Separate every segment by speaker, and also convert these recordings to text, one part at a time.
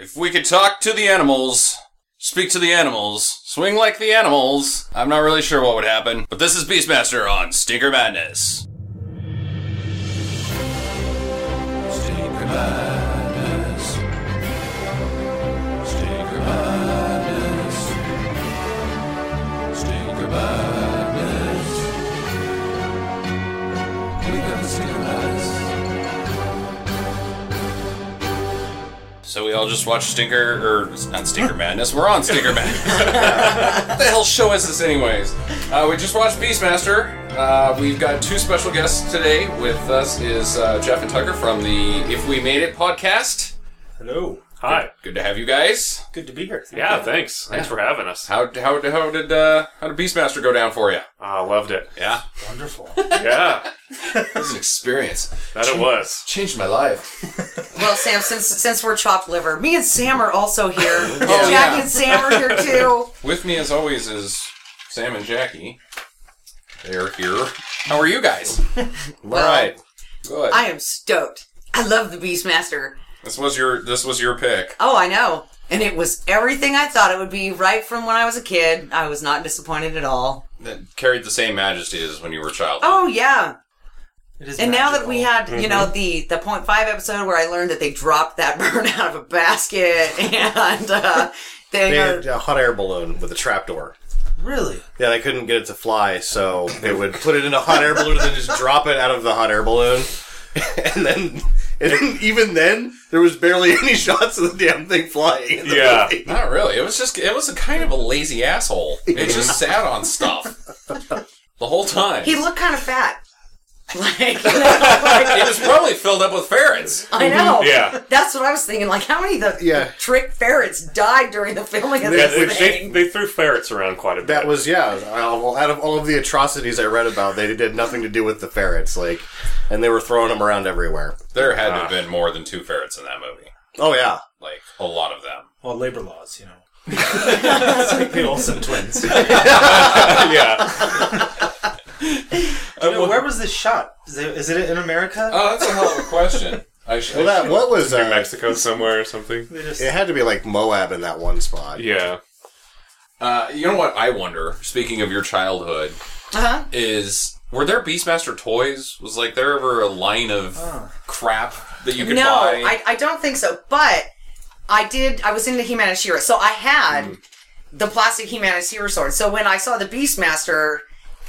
Speaker 1: If we could talk to the animals, speak to the animals, swing like the animals, I'm not really sure what would happen. But this is Beastmaster on Stinker Madness.
Speaker 2: Stinker Madness. Stinker Madness. Stinker Madness. We got the Stinker Madness.
Speaker 1: So we all just watch Stinker, or not Stinker Madness, we're on Stinker Madness. what the hell show is this, anyways? Uh, we just watched Beastmaster. Uh, we've got two special guests today. With us is uh, Jeff and Tucker from the If We Made It podcast.
Speaker 3: Hello.
Speaker 4: Hi.
Speaker 1: Good to have you guys.
Speaker 3: Good to be here.
Speaker 4: Yeah, thanks. Thanks for having us.
Speaker 1: How, how, how did uh, how did Beastmaster go down for you?
Speaker 4: I Ah, loved it.
Speaker 1: Yeah,
Speaker 3: Wonderful.
Speaker 4: Yeah,
Speaker 1: it was an experience.
Speaker 4: that it was.
Speaker 1: Changed my life.
Speaker 5: Well, Sam, since since we're chopped liver, me and Sam are also here. Jack
Speaker 1: yeah.
Speaker 5: and Sam are here too.
Speaker 1: With me, as always, is Sam and Jackie. They're here. How are you guys? right. Good.
Speaker 5: I am stoked. I love the Beastmaster.
Speaker 1: this was your this was your pick.
Speaker 5: Oh, I know. And it was everything I thought it would be right from when I was a kid. I was not disappointed at all.
Speaker 1: That carried the same majesty as when you were a child.
Speaker 5: Oh yeah.
Speaker 3: It is
Speaker 5: And now that
Speaker 3: magical.
Speaker 5: we had, you know, the the point five episode where I learned that they dropped that bird out of a basket and uh they,
Speaker 6: They
Speaker 5: are
Speaker 6: had a hot air balloon with a trapdoor.
Speaker 3: really
Speaker 6: Yeah, they couldn't get it to fly, so they would put it in a hot air balloon and then just drop it out of the hot air balloon. And then, and then even then, there was barely any shots of the damn thing flying. in the
Speaker 4: Yeah.
Speaker 6: movie.
Speaker 1: Not really. It was just it was a kind of a lazy asshole. It just sat on stuff the whole time.
Speaker 5: he looked kind of fat. Like, you know,
Speaker 1: it was probably filled up with ferrets.
Speaker 5: I know.
Speaker 4: Yeah.
Speaker 5: That's what I was thinking. Like, how many of the
Speaker 6: Yeah.
Speaker 5: trick ferrets died during the filming of
Speaker 6: Yeah,
Speaker 4: Yeah,
Speaker 5: this
Speaker 4: they, they,
Speaker 5: thing?
Speaker 4: they threw ferrets around quite a bit.
Speaker 6: That was yeah. uh, well, Out of all of the atrocities I read about, they did nothing to do with the ferrets, like, and they were throwing them around everywhere.
Speaker 1: There had to have been more than two ferrets in that movie.
Speaker 6: Oh yeah,
Speaker 1: Like a lot of them.
Speaker 3: well labor laws, you know. Uh, it's like the Olsen twins. You
Speaker 4: yeah.
Speaker 3: know, where was this shot? Is it, is it in America?
Speaker 1: Oh, that's a hell of a question. I should,
Speaker 6: well that what was
Speaker 4: New
Speaker 6: uh,
Speaker 4: Mexico somewhere or something.
Speaker 3: They just-
Speaker 6: it had to be like Moab in that one spot.
Speaker 4: Yeah.
Speaker 1: Uh, you know what I wonder? Speaking of your childhood,
Speaker 5: Uh-huh.
Speaker 1: is were there Beastmaster toys? Was like there ever a line of crap that you could
Speaker 5: No,
Speaker 1: buy?
Speaker 5: I, I don't think so. But I did. I was into He-Man and She-Ra, so I had the plastic He-Man and She-Ra sword. So when I saw the Beastmaster,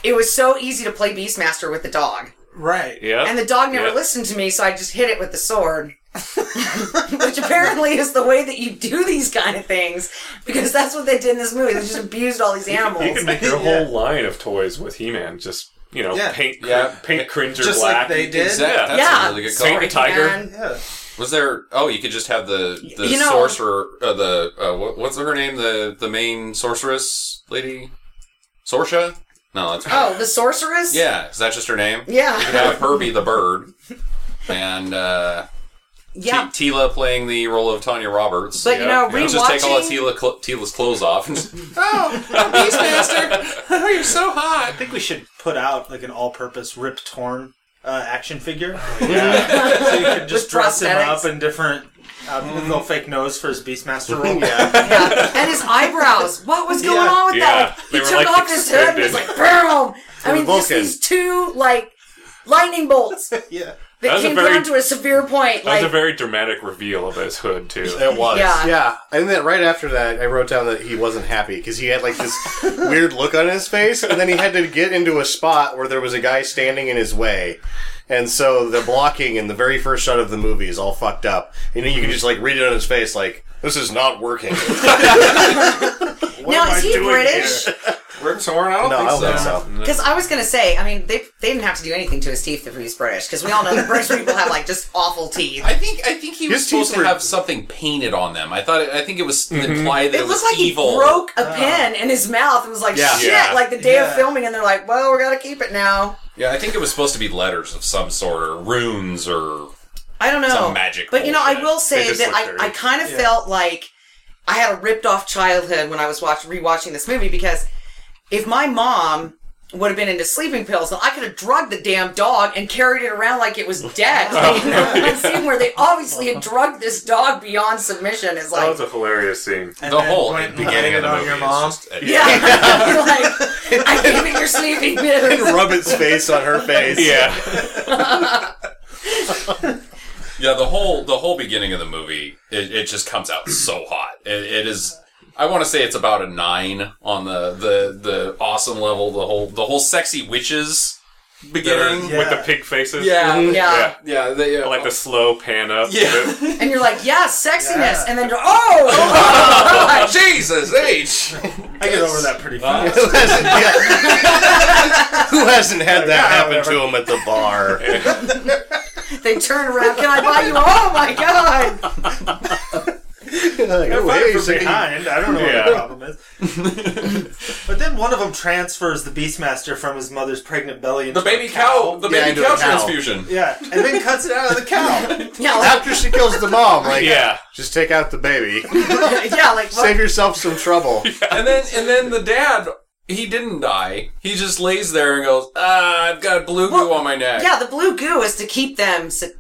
Speaker 5: it was so easy to play Beastmaster with the dog,
Speaker 3: right.
Speaker 4: Yeah.
Speaker 5: and the dog never
Speaker 4: Yeah.
Speaker 5: listened to me, so I just hit it with the sword. Which apparently is the way that you do these kind of things, because that's what they did in this movie. They just abused all these animals.
Speaker 4: You could make your whole line of toys with He-Man. Just you know,
Speaker 3: Yeah.
Speaker 4: paint,
Speaker 1: Yeah.
Speaker 4: paint Cringer
Speaker 3: Just like
Speaker 4: black.
Speaker 3: they did.
Speaker 1: Exact-
Speaker 4: Yeah.
Speaker 1: That's
Speaker 5: Yeah.
Speaker 1: a really good
Speaker 4: Paint
Speaker 1: call.
Speaker 4: a tiger.
Speaker 5: And-
Speaker 3: Yeah.
Speaker 1: Was there? Oh, you could just have the the
Speaker 5: You know-
Speaker 1: sorcerer. Uh, the uh, what, what's her name? The the main sorceress lady, Sorsha. No, that's
Speaker 5: Oh, the sorceress?
Speaker 1: yeah. Is that just her name? You could
Speaker 5: Yeah.
Speaker 1: have her be the bird, and uh, T-
Speaker 5: Yeah.
Speaker 1: Tila playing the role of Tanya Roberts.
Speaker 5: But you know,
Speaker 4: Yeah.
Speaker 5: rewatching.
Speaker 1: Just take all of Tila cl- Tila's clothes off. And just, oh, I'm Beastmaster! Oh, you're so hot.
Speaker 3: I think we should put out like an all-purpose rip torn uh, action figure. so you can just
Speaker 5: With
Speaker 3: dress him up
Speaker 5: prosthetics.
Speaker 3: in different. Um, with a little fake nose for his Beastmaster role.
Speaker 5: Yeah. And his eyebrows. What was going
Speaker 3: Yeah.
Speaker 5: on with
Speaker 4: Yeah.
Speaker 5: that? Like,
Speaker 4: They
Speaker 5: he
Speaker 4: were,
Speaker 5: took
Speaker 4: like,
Speaker 5: off his head and was like,
Speaker 4: extended.
Speaker 5: boom! I mean, just
Speaker 6: Vulcan.
Speaker 5: these two, like, lightning bolts that
Speaker 3: yeah.
Speaker 4: was a
Speaker 5: came
Speaker 4: very-
Speaker 5: down to a severe point.
Speaker 4: That was
Speaker 5: Like,
Speaker 4: a very dramatic reveal of his hood too.
Speaker 6: It was.
Speaker 5: Yeah.
Speaker 6: Yeah. And then right after that, I wrote down that he wasn't happy because he had like this weird look on his face, and then he had to get into a spot where there was a guy standing in his way. And so the blocking in the very first shot of the movie is all fucked up. And then you can just like read it on his face, like, this is not working.
Speaker 5: now, is he British?
Speaker 1: Rip Torn? I don't
Speaker 6: No, I
Speaker 1: think
Speaker 6: don't
Speaker 1: so.
Speaker 6: think so.
Speaker 5: Because I was going to say, I mean, they, they didn't have to do anything to his teeth if he was British, because we all know that British people have, like, just awful teeth.
Speaker 1: I think I think he was
Speaker 6: His
Speaker 1: supposed
Speaker 6: teeth
Speaker 1: to
Speaker 6: were- Mm-hmm.
Speaker 1: have something painted on them. I thought it, I think it was implied that it,
Speaker 5: It
Speaker 1: was
Speaker 5: looked like
Speaker 1: evil.
Speaker 5: he broke a pen in his mouth and was like,
Speaker 6: Yeah.
Speaker 5: shit,
Speaker 4: Yeah.
Speaker 5: like the day
Speaker 3: Yeah.
Speaker 5: of filming, and they're like, well, we gotta keep it now.
Speaker 1: Yeah, I think it was supposed to be letters of some sort or runes or
Speaker 5: I don't know.
Speaker 1: Some magic
Speaker 5: But you know, I
Speaker 1: bullshit.
Speaker 5: will say
Speaker 4: They just
Speaker 5: that
Speaker 4: look
Speaker 5: I,
Speaker 4: dirty.
Speaker 5: I kind of felt like I had a ripped off childhood when I was watch, rewatching this movie because if my mom would have been into sleeping pills, and I could have drugged the damn dog and carried it around like it was dead. Like, a scene where they obviously had drugged this dog beyond submission is
Speaker 4: That
Speaker 5: like,
Speaker 4: was a hilarious scene.
Speaker 3: And
Speaker 1: The
Speaker 3: then
Speaker 1: whole
Speaker 3: went and
Speaker 1: beginning of
Speaker 3: landed
Speaker 1: the
Speaker 3: on
Speaker 1: movie
Speaker 3: your
Speaker 1: is
Speaker 3: mom.
Speaker 1: just a-
Speaker 5: yeah, like I gave it your sleeping
Speaker 6: and
Speaker 5: pills.
Speaker 6: rub its face on her face.
Speaker 4: Yeah.
Speaker 1: Yeah, the whole the whole beginning of the movie, it, it just comes out so hot. It, it is. I want to say it's about a nine on the the the awesome level. The whole the whole sexy witches beginning.
Speaker 4: With the
Speaker 3: Yeah.
Speaker 4: pig faces.
Speaker 1: yeah,
Speaker 5: Yeah.
Speaker 1: yeah, they, uh,
Speaker 4: I like the slow pan up.
Speaker 1: Yeah.
Speaker 5: and you're like, yeah, sexiness,
Speaker 3: Yeah.
Speaker 5: and then you're, oh, oh, God.
Speaker 1: Jesus H.
Speaker 3: I get over that pretty fast.
Speaker 6: Who hasn't, yeah. Who hasn't had that
Speaker 3: Yeah,
Speaker 6: happen
Speaker 3: whatever.
Speaker 6: to him at the bar?
Speaker 5: they turn around, can I buy you? Oh my God,
Speaker 6: Like,
Speaker 3: I
Speaker 6: "Oh,
Speaker 3: find
Speaker 6: hey,
Speaker 3: it from
Speaker 6: so you-
Speaker 3: behind. I don't know what
Speaker 4: Yeah.
Speaker 3: the problem is. but then one of them transfers the Beastmaster from his mother's pregnant belly into
Speaker 1: The baby
Speaker 3: a
Speaker 1: cow, the
Speaker 6: Yeah,
Speaker 1: baby
Speaker 6: into a
Speaker 1: cow,
Speaker 6: cow.
Speaker 1: transfusion.
Speaker 3: Yeah, and then cuts it out of the cow.
Speaker 5: yeah, like,
Speaker 6: After she kills the mom, like,
Speaker 4: Yeah.
Speaker 6: just take out the baby.
Speaker 5: yeah, like, what?
Speaker 6: Save yourself some trouble.
Speaker 1: And then and then the dad, he didn't die. He just lays there and goes, "Ah, I've got blue goo
Speaker 5: Well,
Speaker 1: on my neck."
Speaker 5: yeah, the blue goo is to keep them. se-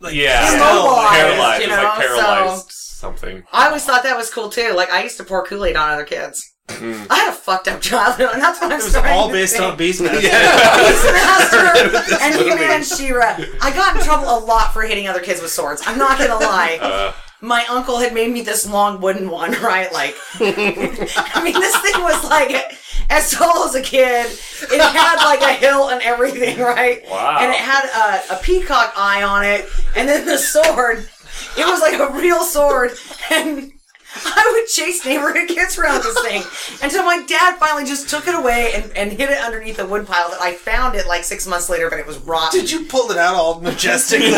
Speaker 4: Like, yeah.
Speaker 5: Immobilized,
Speaker 4: Paralyzed.
Speaker 5: you
Speaker 4: It's like
Speaker 5: know,
Speaker 4: paralyzed something.
Speaker 5: I always thought that was cool too. Like I used to pour Kool Aid on other kids. I had a fucked up childhood, and that's what I'm
Speaker 3: Mm. It was all based on Beastmaster.
Speaker 5: Beastmaster and He-Man, She-Ra. I got in trouble a lot for hitting other kids with swords. I'm not gonna lie. My uncle had made me this long wooden one, right? Like, I mean, this thing was like as tall as a kid. It had like a hill and everything, right?
Speaker 4: Wow.
Speaker 5: And it had a, a peacock eye on it, and then the sword. It was like a real sword, and I would chase neighborhood kids around this thing until my dad finally just took it away and, and hid it underneath a woodpile that I found it like six months later, but it was rotten.
Speaker 3: Did you pull it out all majestically?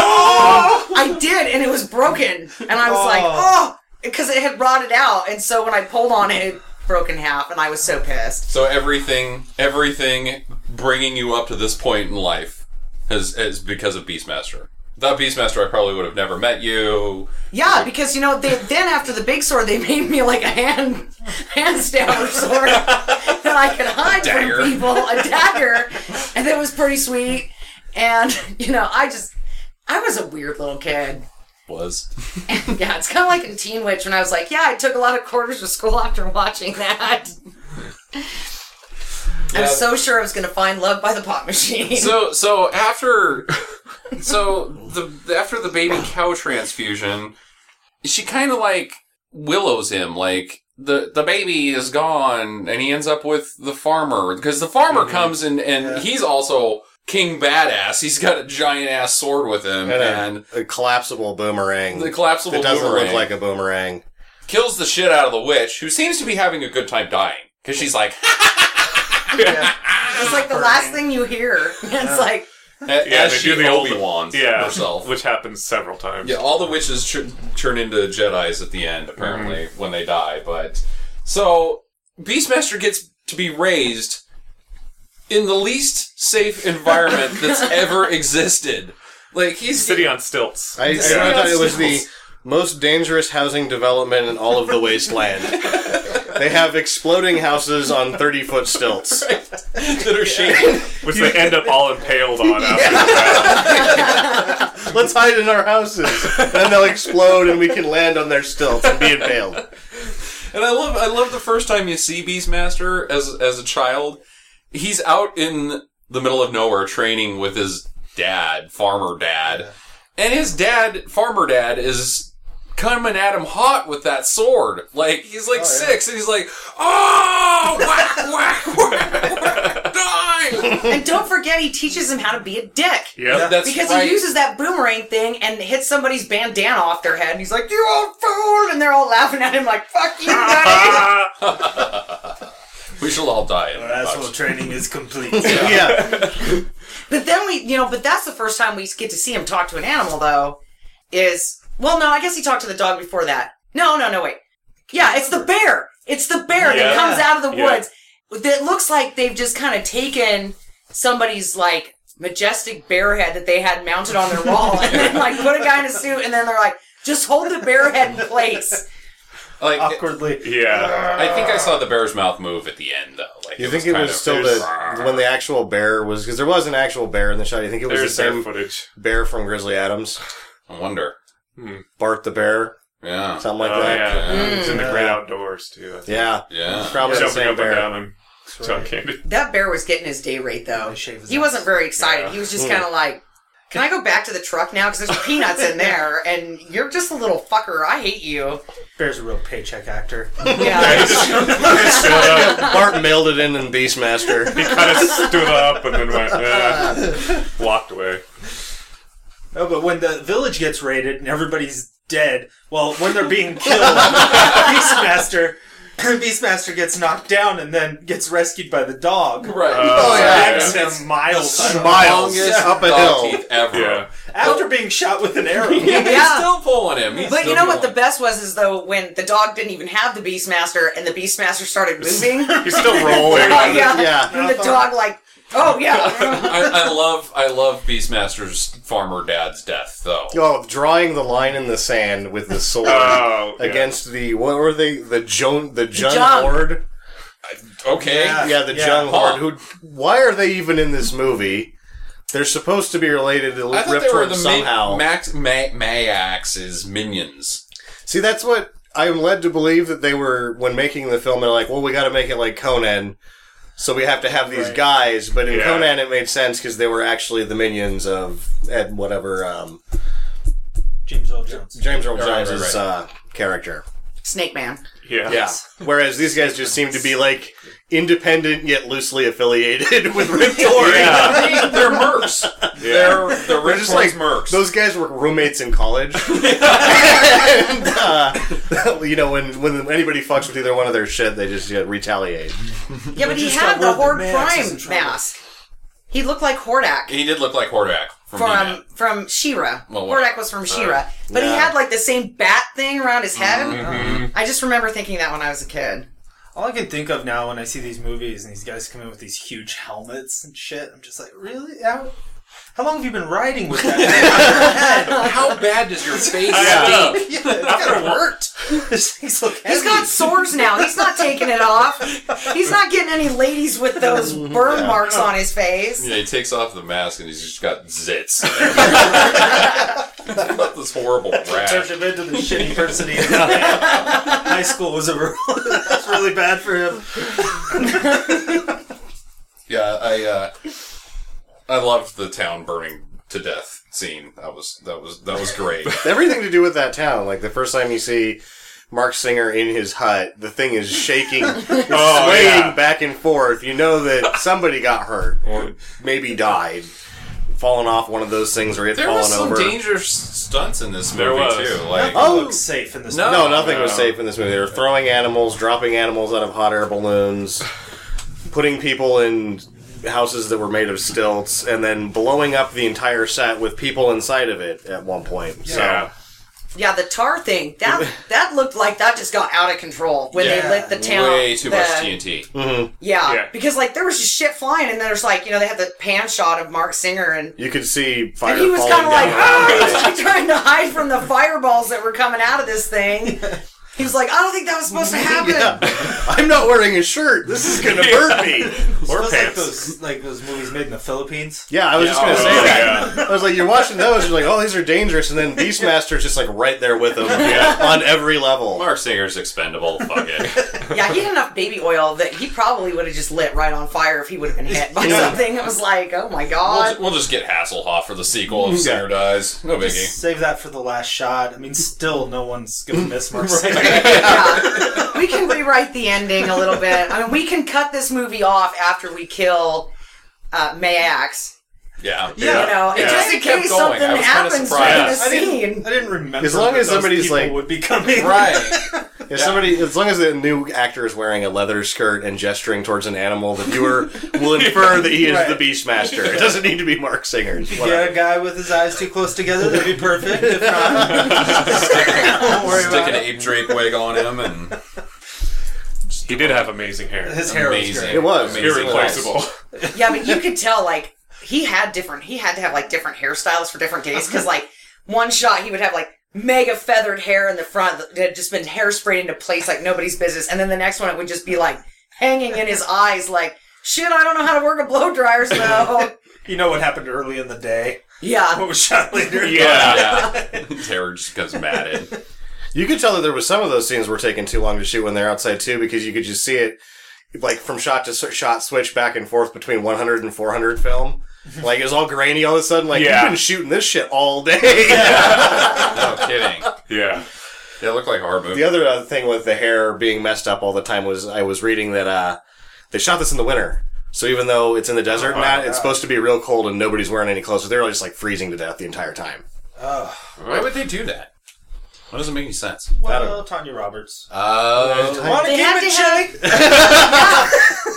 Speaker 5: I did, and it was broken. And I was like, oh, because it had rotted out. And so when I pulled on it, it broke in half, and I was so pissed.
Speaker 1: So everything, everything bringing you up to this point in life has is because of Beastmaster. Without Beastmaster, I probably would have never met you.
Speaker 5: Yeah, because you know, they, then after the big sword, they made me like a hand hand stabber sword that I could hide
Speaker 1: Dagger.
Speaker 5: from people, a dagger, and that was pretty sweet. And you know, I just, I was a weird little kid.
Speaker 1: Was
Speaker 5: Yeah, it's kind of like in Teen Witch when I was like, yeah, I took a lot of quarters to school after watching that. I
Speaker 1: Yeah.
Speaker 5: was so sure I was going to find love by the pot machine.
Speaker 1: so so after so the after the baby cow transfusion, she kind of like willows him like. The, the baby is gone and he ends up with the farmer because the farmer comes and, and he's also king badass. He's got a giant ass sword with him and
Speaker 6: And a, a collapsible boomerang.
Speaker 1: The collapsible
Speaker 6: that doesn't
Speaker 1: boomerang.
Speaker 6: look like a boomerang.
Speaker 1: kills the shit out of the witch, who seems to be having a good time dying. Because she's like,
Speaker 5: it's like the last thing you hear. It's like,
Speaker 1: yeah, as
Speaker 4: they
Speaker 1: she
Speaker 4: do the old-
Speaker 1: Obi Wan's
Speaker 4: Yeah.
Speaker 1: herself.
Speaker 4: Which happens several times.
Speaker 1: yeah, all the witches tr- turn into Jedi's at the end, apparently,
Speaker 4: Mm-hmm.
Speaker 1: when they die. But so Beastmaster gets to be raised in the least safe environment that's ever existed. Like he's
Speaker 4: City on stilts.
Speaker 6: I, I
Speaker 1: Yeah.
Speaker 6: wrote down it was the
Speaker 1: Stills.
Speaker 6: most dangerous housing development in all of the wasteland. they have exploding houses on 30 foot stilts.
Speaker 1: that are shaking.
Speaker 4: which they end up all impaled on after.
Speaker 6: Let's hide in our houses. And they'll explode and we can land on their stilts and be impaled.
Speaker 1: And I love I love the first time you see Beastmaster as as a child. He's out in the middle of nowhere training with his dad, farmer dad. And his dad, farmer dad, is coming at him hot with that sword. Like he's like six and he's like, Oh whack, whack, whack, whack, die
Speaker 5: and don't forget, he teaches him how to be a dick.
Speaker 4: Yep.
Speaker 1: That's
Speaker 5: Because
Speaker 1: right.
Speaker 5: he uses that boomerang thing and hits somebody's bandana off their head, and he's like, "You old fool!" and they're all laughing at him like, "Fuck you, buddy."
Speaker 4: Ah!
Speaker 1: We shall all die in that
Speaker 3: Asshole
Speaker 1: box.
Speaker 3: training is complete.
Speaker 6: Yeah.
Speaker 5: But then we, you know, but that's the first time we get to see him talk to an animal, though. Is well, no, I guess he talked to the dog before that. No, no, no, wait. Yeah, it's the bear. It's the bear
Speaker 4: Yeah.
Speaker 5: that comes out of the
Speaker 4: Yeah.
Speaker 5: woods. That looks like they've just kind of taken somebody's like majestic bear head that they had mounted on their wall, and then like put a guy in a suit, and then they're like, just hold the bear head in place.
Speaker 1: Like,
Speaker 3: awkwardly.
Speaker 4: Yeah.
Speaker 1: I think I saw the bear's mouth move at the end, though. Like,
Speaker 6: You think it
Speaker 1: kind
Speaker 6: was
Speaker 1: of-
Speaker 6: still
Speaker 1: there's-
Speaker 6: the when the actual bear was because there was an actual bear in the shot. You think it was
Speaker 4: There's
Speaker 6: the
Speaker 4: their
Speaker 6: same
Speaker 4: footage.
Speaker 6: bear from Grizzly Adams,
Speaker 1: I wonder.
Speaker 6: Bart the bear,
Speaker 1: Yeah.
Speaker 6: something like
Speaker 4: oh,
Speaker 6: that.
Speaker 4: yeah.
Speaker 1: Mm.
Speaker 4: It's in the great outdoors, too. I think.
Speaker 6: Yeah,
Speaker 1: Yeah.
Speaker 6: probably the
Speaker 4: Jumping
Speaker 6: same
Speaker 4: up and
Speaker 6: bear.
Speaker 4: down and John Candy.
Speaker 5: That bear was getting his day rate though.
Speaker 3: They shave his
Speaker 5: He
Speaker 3: ass.
Speaker 5: wasn't very excited. He was just kind of like, "Can I go back to the truck now? Because there's peanuts in there, and you're just a little fucker. I hate you."
Speaker 3: Bear's a real paycheck actor.
Speaker 5: Yeah.
Speaker 4: Stood up.
Speaker 6: Bart mailed it in in Beastmaster.
Speaker 4: He kind of stood up and then went, eh. walked away.
Speaker 3: Oh, but when the village gets raided and everybody's dead, well, when they're being killed, Beastmaster, Beastmaster gets knocked down and then gets rescued by the dog.
Speaker 1: Right.
Speaker 4: Oh, yeah.
Speaker 3: Drags him miles I don't know,
Speaker 6: Miles up a
Speaker 1: dog
Speaker 6: hill.
Speaker 1: teeth ever.
Speaker 4: Yeah.
Speaker 3: after being shot with an arrow.
Speaker 1: He's
Speaker 5: Yeah.
Speaker 1: still pulling him. He's
Speaker 5: But
Speaker 1: still
Speaker 5: you know what the
Speaker 1: going.
Speaker 5: best was is though when the dog didn't even have the Beastmaster and the Beastmaster started moving.
Speaker 4: He's still rolling.
Speaker 5: Oh, yeah.
Speaker 6: Yeah.
Speaker 5: And the dog like, oh yeah.
Speaker 1: I, I love I love Beastmaster's farmer dad's death though.
Speaker 6: Oh, drawing the line in the sand with the sword
Speaker 4: Oh, yeah.
Speaker 6: against the what were they? The Joan, the Jun
Speaker 5: Jung.
Speaker 6: horde.
Speaker 1: Okay.
Speaker 3: Yeah.
Speaker 6: Yeah, the
Speaker 3: Yeah.
Speaker 6: Jung
Speaker 1: Huh.
Speaker 6: horde. Who? Why are they even in this movie? They're supposed to be related to
Speaker 1: I
Speaker 6: Rip
Speaker 1: thought they were
Speaker 6: Torn
Speaker 1: the
Speaker 6: somehow.
Speaker 1: Ma- Max Ma- Mayax's minions.
Speaker 6: See, that's what I'm led to believe that they were when making the film. They're like, well, we got to make it like Conan, so we have to have these
Speaker 3: Right.
Speaker 6: guys. But in
Speaker 4: Yeah.
Speaker 6: Conan, it made sense because they were actually the minions of Ed, whatever um,
Speaker 3: James Earl Jones.
Speaker 6: James Earl
Speaker 1: Right, right,
Speaker 6: Jones's
Speaker 1: right.
Speaker 6: Uh, character.
Speaker 5: Snake Man.
Speaker 4: Yeah.
Speaker 6: Yeah. Whereas these guys just seem to be like independent yet loosely affiliated with Rip Torn.
Speaker 4: Yeah.
Speaker 1: They're mercs. They're the
Speaker 6: They're
Speaker 1: rich
Speaker 6: just like
Speaker 1: mercs.
Speaker 6: Those guys were roommates in college. and, uh, you know, when, when anybody fucks with either one of their shit, they just you know, retaliate.
Speaker 5: Yeah, but he
Speaker 3: just
Speaker 5: had
Speaker 3: got
Speaker 5: the
Speaker 3: word that
Speaker 5: Horde
Speaker 3: Max is in
Speaker 5: Prime
Speaker 3: trouble.
Speaker 5: mask. He looked like Hordak
Speaker 1: he did look like Hordak from,
Speaker 5: from
Speaker 1: He-Man.
Speaker 5: from Shira.
Speaker 1: Well, what-
Speaker 5: Hordak was from Shira, but he
Speaker 6: yeah.
Speaker 5: had like the same bat thing around his head. I just remember thinking that when I was a kid.
Speaker 3: All I can think of now when I see these movies and these guys come in with these huge helmets and shit, I'm just like, really? How, how long have you been riding with that?
Speaker 1: How bad does your face
Speaker 4: Yeah.
Speaker 1: stink?
Speaker 3: yeah, it's gotta work. These things look
Speaker 5: He's
Speaker 3: heavy.
Speaker 5: got sores now. He's not taking it off. He's not getting any ladies with those burn marks on his face.
Speaker 1: Yeah, he takes off the mask and he's just got zits. Got this horrible
Speaker 3: turned
Speaker 1: rash.
Speaker 3: him into the shitty person he is now. High school was a real, that's really bad for him.
Speaker 1: Yeah, I uh, I loved the town burning to death scene. That was that was that was great.
Speaker 6: Everything to do with that town. Like the first time you see Mark Singer in his hut, the thing is shaking, swaying
Speaker 4: Oh, yeah.
Speaker 6: back and forth. You know that somebody got hurt or maybe died, falling off one of those things or it
Speaker 1: There
Speaker 6: falling
Speaker 1: was some
Speaker 6: over.
Speaker 1: dangerous stunts in this
Speaker 4: There
Speaker 1: movie
Speaker 4: was.
Speaker 1: too. Like
Speaker 6: Oh.
Speaker 3: Looks safe in this.
Speaker 1: No.
Speaker 6: No, nothing was
Speaker 4: No.
Speaker 6: safe in this movie. They were throwing animals, dropping animals out of hot air balloons, putting people in houses that were made of stilts, and then blowing up the entire set with people inside of it at one point.
Speaker 4: Yeah.
Speaker 5: Yeah, the tar thing that that looked like that just got out of control when they
Speaker 3: Yeah,
Speaker 5: lit the town.
Speaker 1: way too much
Speaker 5: the-
Speaker 1: TNT.
Speaker 5: Yeah,
Speaker 4: Yeah.
Speaker 5: because like there was just shit flying, and there's like you know they had the pan shot of Mark Singer, and,
Speaker 6: You could see fire
Speaker 5: and he was
Speaker 6: falling
Speaker 5: kind of like,
Speaker 6: down.
Speaker 5: oh, he was like trying to hide from the fireballs that were coming out of this thing. He was like, I don't think that was supposed to happen.
Speaker 6: I'm not wearing a shirt. This is gonna burn me.
Speaker 4: Or
Speaker 3: Smells like
Speaker 4: pants.
Speaker 3: those, like those movies made in the Philippines.
Speaker 6: Yeah, I was just
Speaker 1: Yeah,
Speaker 6: gonna
Speaker 1: oh,
Speaker 6: say that.
Speaker 4: yeah.
Speaker 6: I was like, you're watching those, you're like, oh, these are dangerous, and then Beastmaster's just like right there with them on every level.
Speaker 1: Mark Singer's expendable. Fuck it.
Speaker 5: Yeah, he had enough baby oil that he probably would have just lit right on fire if he would have been hit by something. It was like, oh my
Speaker 1: We'll, ju-
Speaker 5: god.
Speaker 1: we'll just get Hasselhoff for the sequel if Singer dies. No
Speaker 3: Just
Speaker 1: biggie.
Speaker 3: save that for the last shot. I mean, still, no one's gonna miss Marcel.
Speaker 5: Yeah. we can rewrite the ending a little bit. I mean, we can cut this movie off after we kill uh, Mayax.
Speaker 1: Yeah.
Speaker 5: You know,
Speaker 1: Yeah.
Speaker 5: just in
Speaker 1: It kept
Speaker 5: case
Speaker 1: going.
Speaker 5: something
Speaker 1: I was kinda
Speaker 5: happens during the
Speaker 1: surprised.
Speaker 3: I didn't,
Speaker 5: scene.
Speaker 3: I didn't remember.
Speaker 6: As long
Speaker 3: that
Speaker 6: as
Speaker 3: those
Speaker 6: somebody's
Speaker 3: people
Speaker 6: like-
Speaker 3: would be coming.
Speaker 1: Right.
Speaker 6: If somebody, as long as the new actor is wearing a leather skirt and gesturing towards an animal, the viewer will infer that he is
Speaker 3: Right.
Speaker 6: the Beastmaster. It doesn't need to be Mark Singer. It's
Speaker 3: Yeah,
Speaker 6: whatever.
Speaker 3: a guy with his eyes too close together, that'd be perfect. If not, don't worry
Speaker 1: Stick
Speaker 3: about
Speaker 1: an
Speaker 3: it.
Speaker 1: ape drape wig on him and
Speaker 4: He did have amazing hair.
Speaker 3: His hair was
Speaker 1: amazing.
Speaker 3: great.
Speaker 6: It was.
Speaker 1: Amazing
Speaker 4: Irreplaceable.
Speaker 5: Yeah, but you could tell like he had different. He had to have like different hairstyles for different days because like one shot he would have like mega feathered hair in the front that had just been hairsprayed into place like nobody's business. And then the next one, it would just be like hanging in his eyes, like, shit, I don't know how to work a blow dryer, so.
Speaker 3: You know what happened early in the day?
Speaker 5: yeah.
Speaker 3: What was shot later?
Speaker 1: Yeah. Terror just goes mad in.
Speaker 6: You could tell that there was some of those scenes were taking too long to shoot when they're outside too, because you could just see it, like from shot to s- shot, switch back and forth between 100 and 400 film. Like it was all grainy all of a sudden. Like
Speaker 4: Yeah.
Speaker 6: you've been shooting this shit all day.
Speaker 1: No kidding.
Speaker 4: Yeah.
Speaker 1: They look like horror movies.
Speaker 6: the other uh, thing with the hair being messed up all the time was I was reading that uh, they shot this in the winter. So even though it's in the
Speaker 4: Oh
Speaker 6: desert, and that, it's supposed to be real cold and nobody's wearing any clothes. So they're all just like freezing to death the entire time.
Speaker 3: Oh.
Speaker 1: Why would they do that? That doesn't make any sense.
Speaker 3: Well, Tanya Roberts.
Speaker 1: Uh,
Speaker 3: Want to
Speaker 5: They
Speaker 3: give
Speaker 5: had
Speaker 3: it,
Speaker 5: to have-
Speaker 3: Jenny?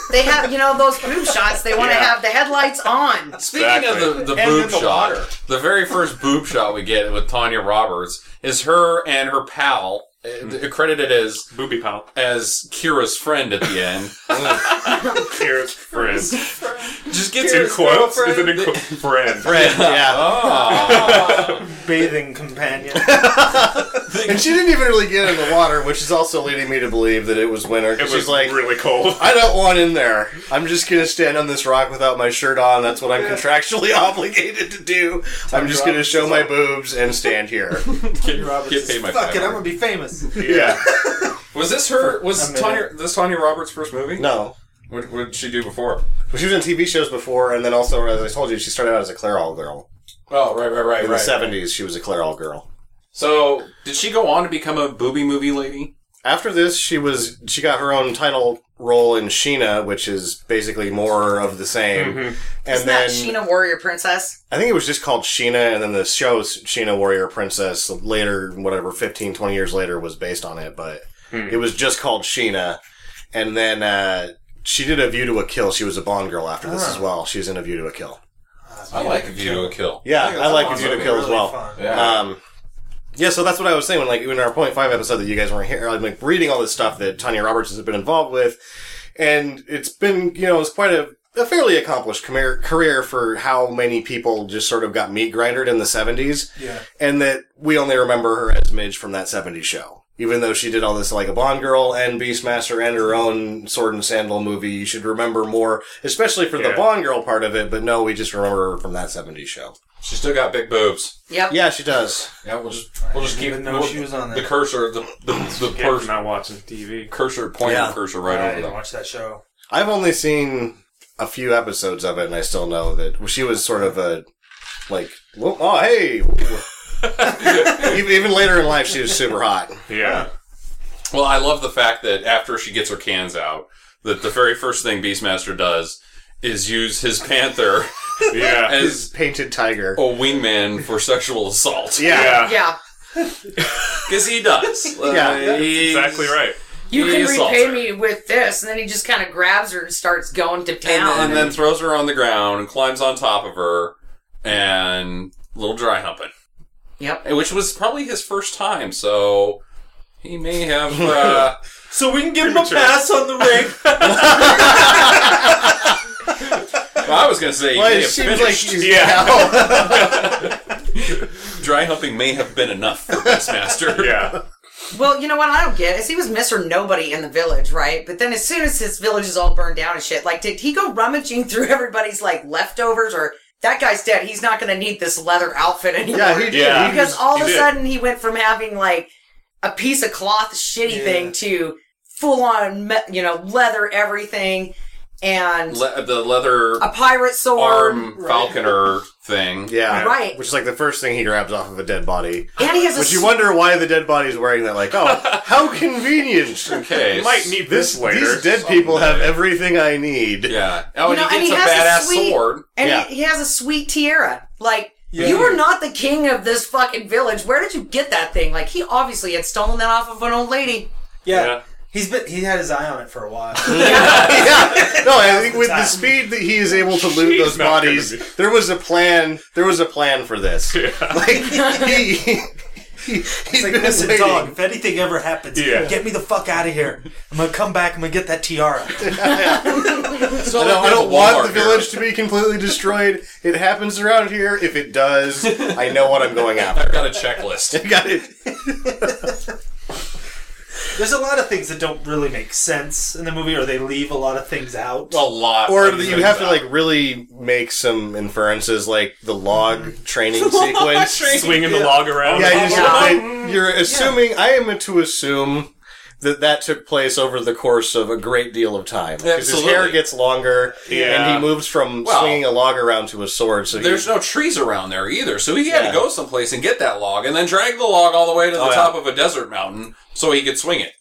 Speaker 5: They have, you know, those boob shots, they want to
Speaker 4: Yeah.
Speaker 5: have the headlights on.
Speaker 1: speaking of the, the
Speaker 3: And
Speaker 1: boob
Speaker 3: in the
Speaker 1: shot,
Speaker 3: water.
Speaker 1: the very first boob shot we get with Tanya Roberts is her and her pal, uh, credited as
Speaker 4: Booby pop.
Speaker 1: as Kira's friend at the end.
Speaker 4: Here's friends.
Speaker 1: Just gets
Speaker 4: In
Speaker 1: her
Speaker 4: quotes? Is it in quotes? Friend.
Speaker 1: Friend,
Speaker 6: Yeah.
Speaker 1: Oh.
Speaker 3: Bathing companion.
Speaker 6: And she didn't even really get in the water, which is also leading me to believe that it was winter.
Speaker 4: It
Speaker 6: 'cause
Speaker 4: was
Speaker 6: she's like,
Speaker 4: really cold.
Speaker 6: I don't want in there. I'm just gonna stand on this rock without my shirt on. That's what I'm contractually obligated to do. I'm just gonna show my boobs and stand here.
Speaker 1: Get-
Speaker 3: Roberts
Speaker 1: get
Speaker 3: is,
Speaker 1: paid my
Speaker 3: Fuck it,
Speaker 1: five
Speaker 3: I'm gonna be famous.
Speaker 6: Yeah.
Speaker 1: Was this her? Was
Speaker 3: A minute.
Speaker 1: Tanya? This Tanya Roberts' first movie?
Speaker 6: No.
Speaker 1: What, what did she do before?
Speaker 6: But she was in TV shows before, and then also, as I told you, she started out as a Clairol girl.
Speaker 1: Oh, right, right, right,
Speaker 6: In
Speaker 1: right.
Speaker 6: the 70s, she was a Clairol girl.
Speaker 1: So, did she go on to become a booby movie lady?
Speaker 6: After this, she was she got her own title role in Sheena, which is basically more of the same. And
Speaker 5: Isn't that Sheena Warrior Princess?
Speaker 6: I think it was just called Sheena, and then the show Sheena Warrior Princess later, whatever, 15, 20 years later was based on it, but
Speaker 3: Hmm.
Speaker 6: it was just called Sheena. And then uh, she did A View to a Kill. She was a Bond girl after
Speaker 3: Ah.
Speaker 6: this as well. She was in A View to a Kill.
Speaker 1: I like A View to a Kill.
Speaker 6: Yeah,
Speaker 3: think
Speaker 6: I
Speaker 3: that's
Speaker 6: like
Speaker 3: a
Speaker 6: A View to a
Speaker 3: movie.
Speaker 6: Kill as
Speaker 3: Really
Speaker 6: well.
Speaker 3: fun.
Speaker 1: Yeah.
Speaker 6: Um, yeah, so that's what I was saying when, like, in our point five episode that you guys weren't here. I'm like reading all this stuff that Tanya Roberts has been involved with, and it's been, you know, it's quite a, a fairly accomplished career, career for how many people just sort of got meat grindered in the 70s.
Speaker 3: Yeah.
Speaker 6: And that we only remember her as Midge from that 70s show. Even though she did all this like a Bond girl and Beastmaster and her own Sword and Sandal movie, you should remember more, especially for the
Speaker 4: Yeah.
Speaker 6: Bond girl part of it, but no, we just remember her from that 70s show.
Speaker 1: She still got big boobs.
Speaker 5: Yep.
Speaker 6: Yeah, she does.
Speaker 1: Yeah, we'll just we'll just
Speaker 3: I didn't
Speaker 1: keep
Speaker 3: even know
Speaker 1: we'll-
Speaker 3: she was on
Speaker 1: the
Speaker 3: that.
Speaker 1: cursor the the, the
Speaker 4: Yeah,
Speaker 1: pers-
Speaker 4: I'm not watching TV.
Speaker 1: cursor pointing
Speaker 6: Yeah.
Speaker 1: the cursor right
Speaker 3: I
Speaker 1: over
Speaker 3: didn't
Speaker 1: them.
Speaker 3: watch that show.
Speaker 6: I've only seen a few episodes of it, and I still know that she was sort of a like, "Whoa, oh hey. even, even later in life, she was super hot.
Speaker 4: Yeah.
Speaker 1: Well, I love the fact that after she gets her cans out, that the very first thing Beastmaster does is use his panther
Speaker 4: Yeah.
Speaker 6: His
Speaker 1: as
Speaker 6: painted tiger.
Speaker 4: Oh,
Speaker 1: a wingman for sexual assault.
Speaker 6: Yeah.
Speaker 4: yeah.
Speaker 5: Yeah.
Speaker 1: because he does.
Speaker 6: Yeah.
Speaker 1: he's-
Speaker 4: Exactly right.
Speaker 5: You
Speaker 1: He
Speaker 5: can
Speaker 1: assaults
Speaker 5: repay
Speaker 1: her.
Speaker 5: me with this. And then he just kind of grabs her and starts going to
Speaker 1: And,
Speaker 5: town.
Speaker 1: and then throws her on the ground and climbs on top of her and little dry humping,
Speaker 5: Yep.
Speaker 1: which was probably his first time. So he may have. Uh,
Speaker 3: So we can give him a
Speaker 4: Premature.
Speaker 3: pass on the ring.
Speaker 1: well, I was going to say he
Speaker 6: Well,
Speaker 1: may
Speaker 6: it
Speaker 1: have
Speaker 6: seems
Speaker 1: finished.
Speaker 6: like she's
Speaker 4: Yeah.
Speaker 1: dry humping may have been enough for Beastmaster.
Speaker 4: Yeah.
Speaker 5: Well, you know what I don't get is he was Mr. Nobody in the village, right? But then as soon as his village is all burned down and shit, like did he go rummaging through everybody's like leftovers or that guy's dead, he's not gonna need this leather outfit anymore.
Speaker 6: Yeah, he did.
Speaker 4: Yeah.
Speaker 6: He
Speaker 5: because
Speaker 6: was-
Speaker 5: all
Speaker 4: he
Speaker 5: of a
Speaker 4: did.
Speaker 5: sudden he went from having like a piece of cloth shitty
Speaker 3: Yeah.
Speaker 5: thing to full on you know leather everything and
Speaker 1: Le- the leather
Speaker 5: a pirate sword
Speaker 1: arm falconer thing.
Speaker 6: yeah,
Speaker 5: Right.
Speaker 6: Which is like the first thing he grabs off of a dead body.
Speaker 5: and he has a
Speaker 6: But you
Speaker 5: s-
Speaker 6: wonder why the dead body's wearing that. Like, oh, how convenient.
Speaker 1: Okay.
Speaker 4: Might need this, later.
Speaker 6: These dead people have everything I need.
Speaker 1: Yeah. Oh, and
Speaker 5: You know,
Speaker 1: he
Speaker 5: and
Speaker 1: gets a
Speaker 5: he
Speaker 1: badass
Speaker 5: has a sweet-
Speaker 1: sword.
Speaker 5: and
Speaker 6: yeah.
Speaker 5: he, he has a sweet tiara like
Speaker 3: Yeah.
Speaker 5: you are not the king of this fucking village where did you get that thing like he obviously had stolen that off of an old lady
Speaker 3: Yeah.
Speaker 4: Yeah.
Speaker 3: He's been he had his eye on it for a while.
Speaker 6: yeah. No, I think with
Speaker 3: time.
Speaker 6: the speed that he is able to loot
Speaker 4: She's
Speaker 6: those
Speaker 4: not gonna
Speaker 6: bodies,
Speaker 4: be-
Speaker 6: there was a plan. There was a plan for this. Like he, He's
Speaker 3: It's like, listen, dog, if anything ever happens,
Speaker 4: Yeah.
Speaker 3: get me the fuck out of here. I'm gonna come back, I'm gonna get that tiara.
Speaker 1: It's not
Speaker 6: I
Speaker 1: like there's a
Speaker 6: don't, I don't want
Speaker 1: Walmart
Speaker 6: the
Speaker 1: here.
Speaker 6: village to be completely destroyed. It happens around here. If it does, I know what I'm going
Speaker 1: I've
Speaker 6: after.
Speaker 1: got a checklist.
Speaker 6: Got it.
Speaker 3: There's a lot of things that don't really make sense in the movie, or they leave a lot of things out.
Speaker 1: a lot.
Speaker 6: Or
Speaker 1: of
Speaker 6: that you
Speaker 1: things
Speaker 6: have to
Speaker 1: out.
Speaker 6: like really make some inferences, like the log training sequence.
Speaker 4: swinging the log around.
Speaker 6: Yeah, you just,
Speaker 5: Mm. Yeah.
Speaker 6: they- you're assuming. I am to assume that that took place over the course of a great deal of time because his
Speaker 1: Absolutely.
Speaker 6: hair gets longer
Speaker 4: Yeah.
Speaker 6: and he moves from
Speaker 1: Well,
Speaker 6: swinging a log around to a sword. So he-
Speaker 1: There's no trees around there either, so he had
Speaker 6: Yeah.
Speaker 1: to go someplace and get that log, and then drag the log all the way to the
Speaker 6: Oh, yeah.
Speaker 1: top of a desert mountain so he could swing it.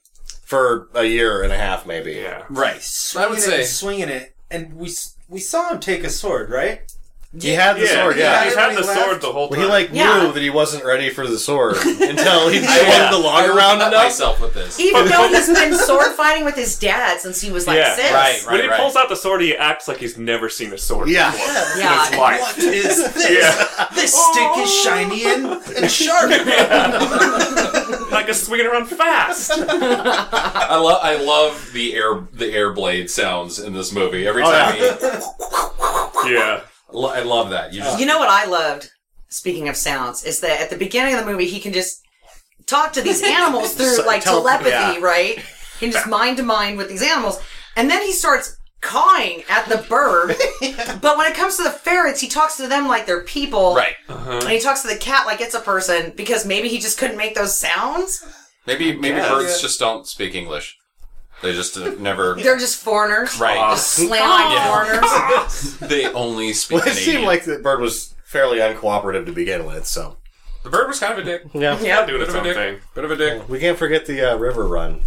Speaker 6: for a year and a half, maybe.
Speaker 4: yeah.
Speaker 1: Right.
Speaker 3: Swinging
Speaker 1: I would
Speaker 3: it
Speaker 1: say.
Speaker 3: and swinging it, and we s- we saw him take a sword, right?
Speaker 6: He had the sword. Yeah.
Speaker 4: He's
Speaker 3: Yeah,
Speaker 4: had the
Speaker 3: everybody
Speaker 4: sword
Speaker 3: left.
Speaker 4: the whole time.
Speaker 6: Well, he like
Speaker 5: Yeah.
Speaker 6: knew that he wasn't ready for the sword until he swung
Speaker 4: Yeah.
Speaker 6: the
Speaker 1: I
Speaker 6: log
Speaker 1: will
Speaker 6: around
Speaker 1: cut
Speaker 6: enough.
Speaker 1: myself with this.
Speaker 5: Even though he's been sword fighting with his dad since he was like
Speaker 4: Yeah,
Speaker 5: six.
Speaker 1: right, right.
Speaker 4: when he pulls out the sword, he acts like he's never seen a sword.
Speaker 6: Yeah.
Speaker 4: before.
Speaker 5: Yeah.
Speaker 4: In his life.
Speaker 3: What is this?
Speaker 4: Yeah,
Speaker 3: This stick is shiny and, and sharp.
Speaker 4: like a swinging around fast.
Speaker 1: I love I love the air the air blade sounds in this movie. Every
Speaker 6: Oh,
Speaker 1: time
Speaker 6: yeah.
Speaker 1: he-
Speaker 4: Yeah,
Speaker 1: lo- I love that. You just
Speaker 5: You know what I loved, speaking of sounds, is that at the beginning of the movie, he can just talk to these animals through
Speaker 6: So-
Speaker 5: like
Speaker 6: tele-
Speaker 5: telepathy,
Speaker 6: yeah.
Speaker 5: right? He can just mind to mind with these animals. And then he starts cawing at the bird. but when it comes to the ferrets, he talks to them like they're people.
Speaker 1: right.
Speaker 5: And he talks to the cat like it's a person because maybe he just couldn't make those sounds.
Speaker 1: Maybe maybe
Speaker 4: guess.
Speaker 1: birds just don't speak English. They just uh, never
Speaker 5: They're just foreigners.
Speaker 1: right.
Speaker 4: Aw.
Speaker 5: Slam on
Speaker 1: Yeah.
Speaker 5: foreigners.
Speaker 1: They only speak
Speaker 6: Well, it
Speaker 1: Canadian.
Speaker 6: seemed like the bird was fairly uncooperative to begin with. So
Speaker 1: the bird was kind of a dick.
Speaker 6: yeah,
Speaker 5: Yeah.
Speaker 4: doing
Speaker 1: Bit
Speaker 4: its
Speaker 1: of a
Speaker 4: own
Speaker 1: dick.
Speaker 4: thing.
Speaker 1: Bit of a dick.
Speaker 6: we can't forget the uh, river run.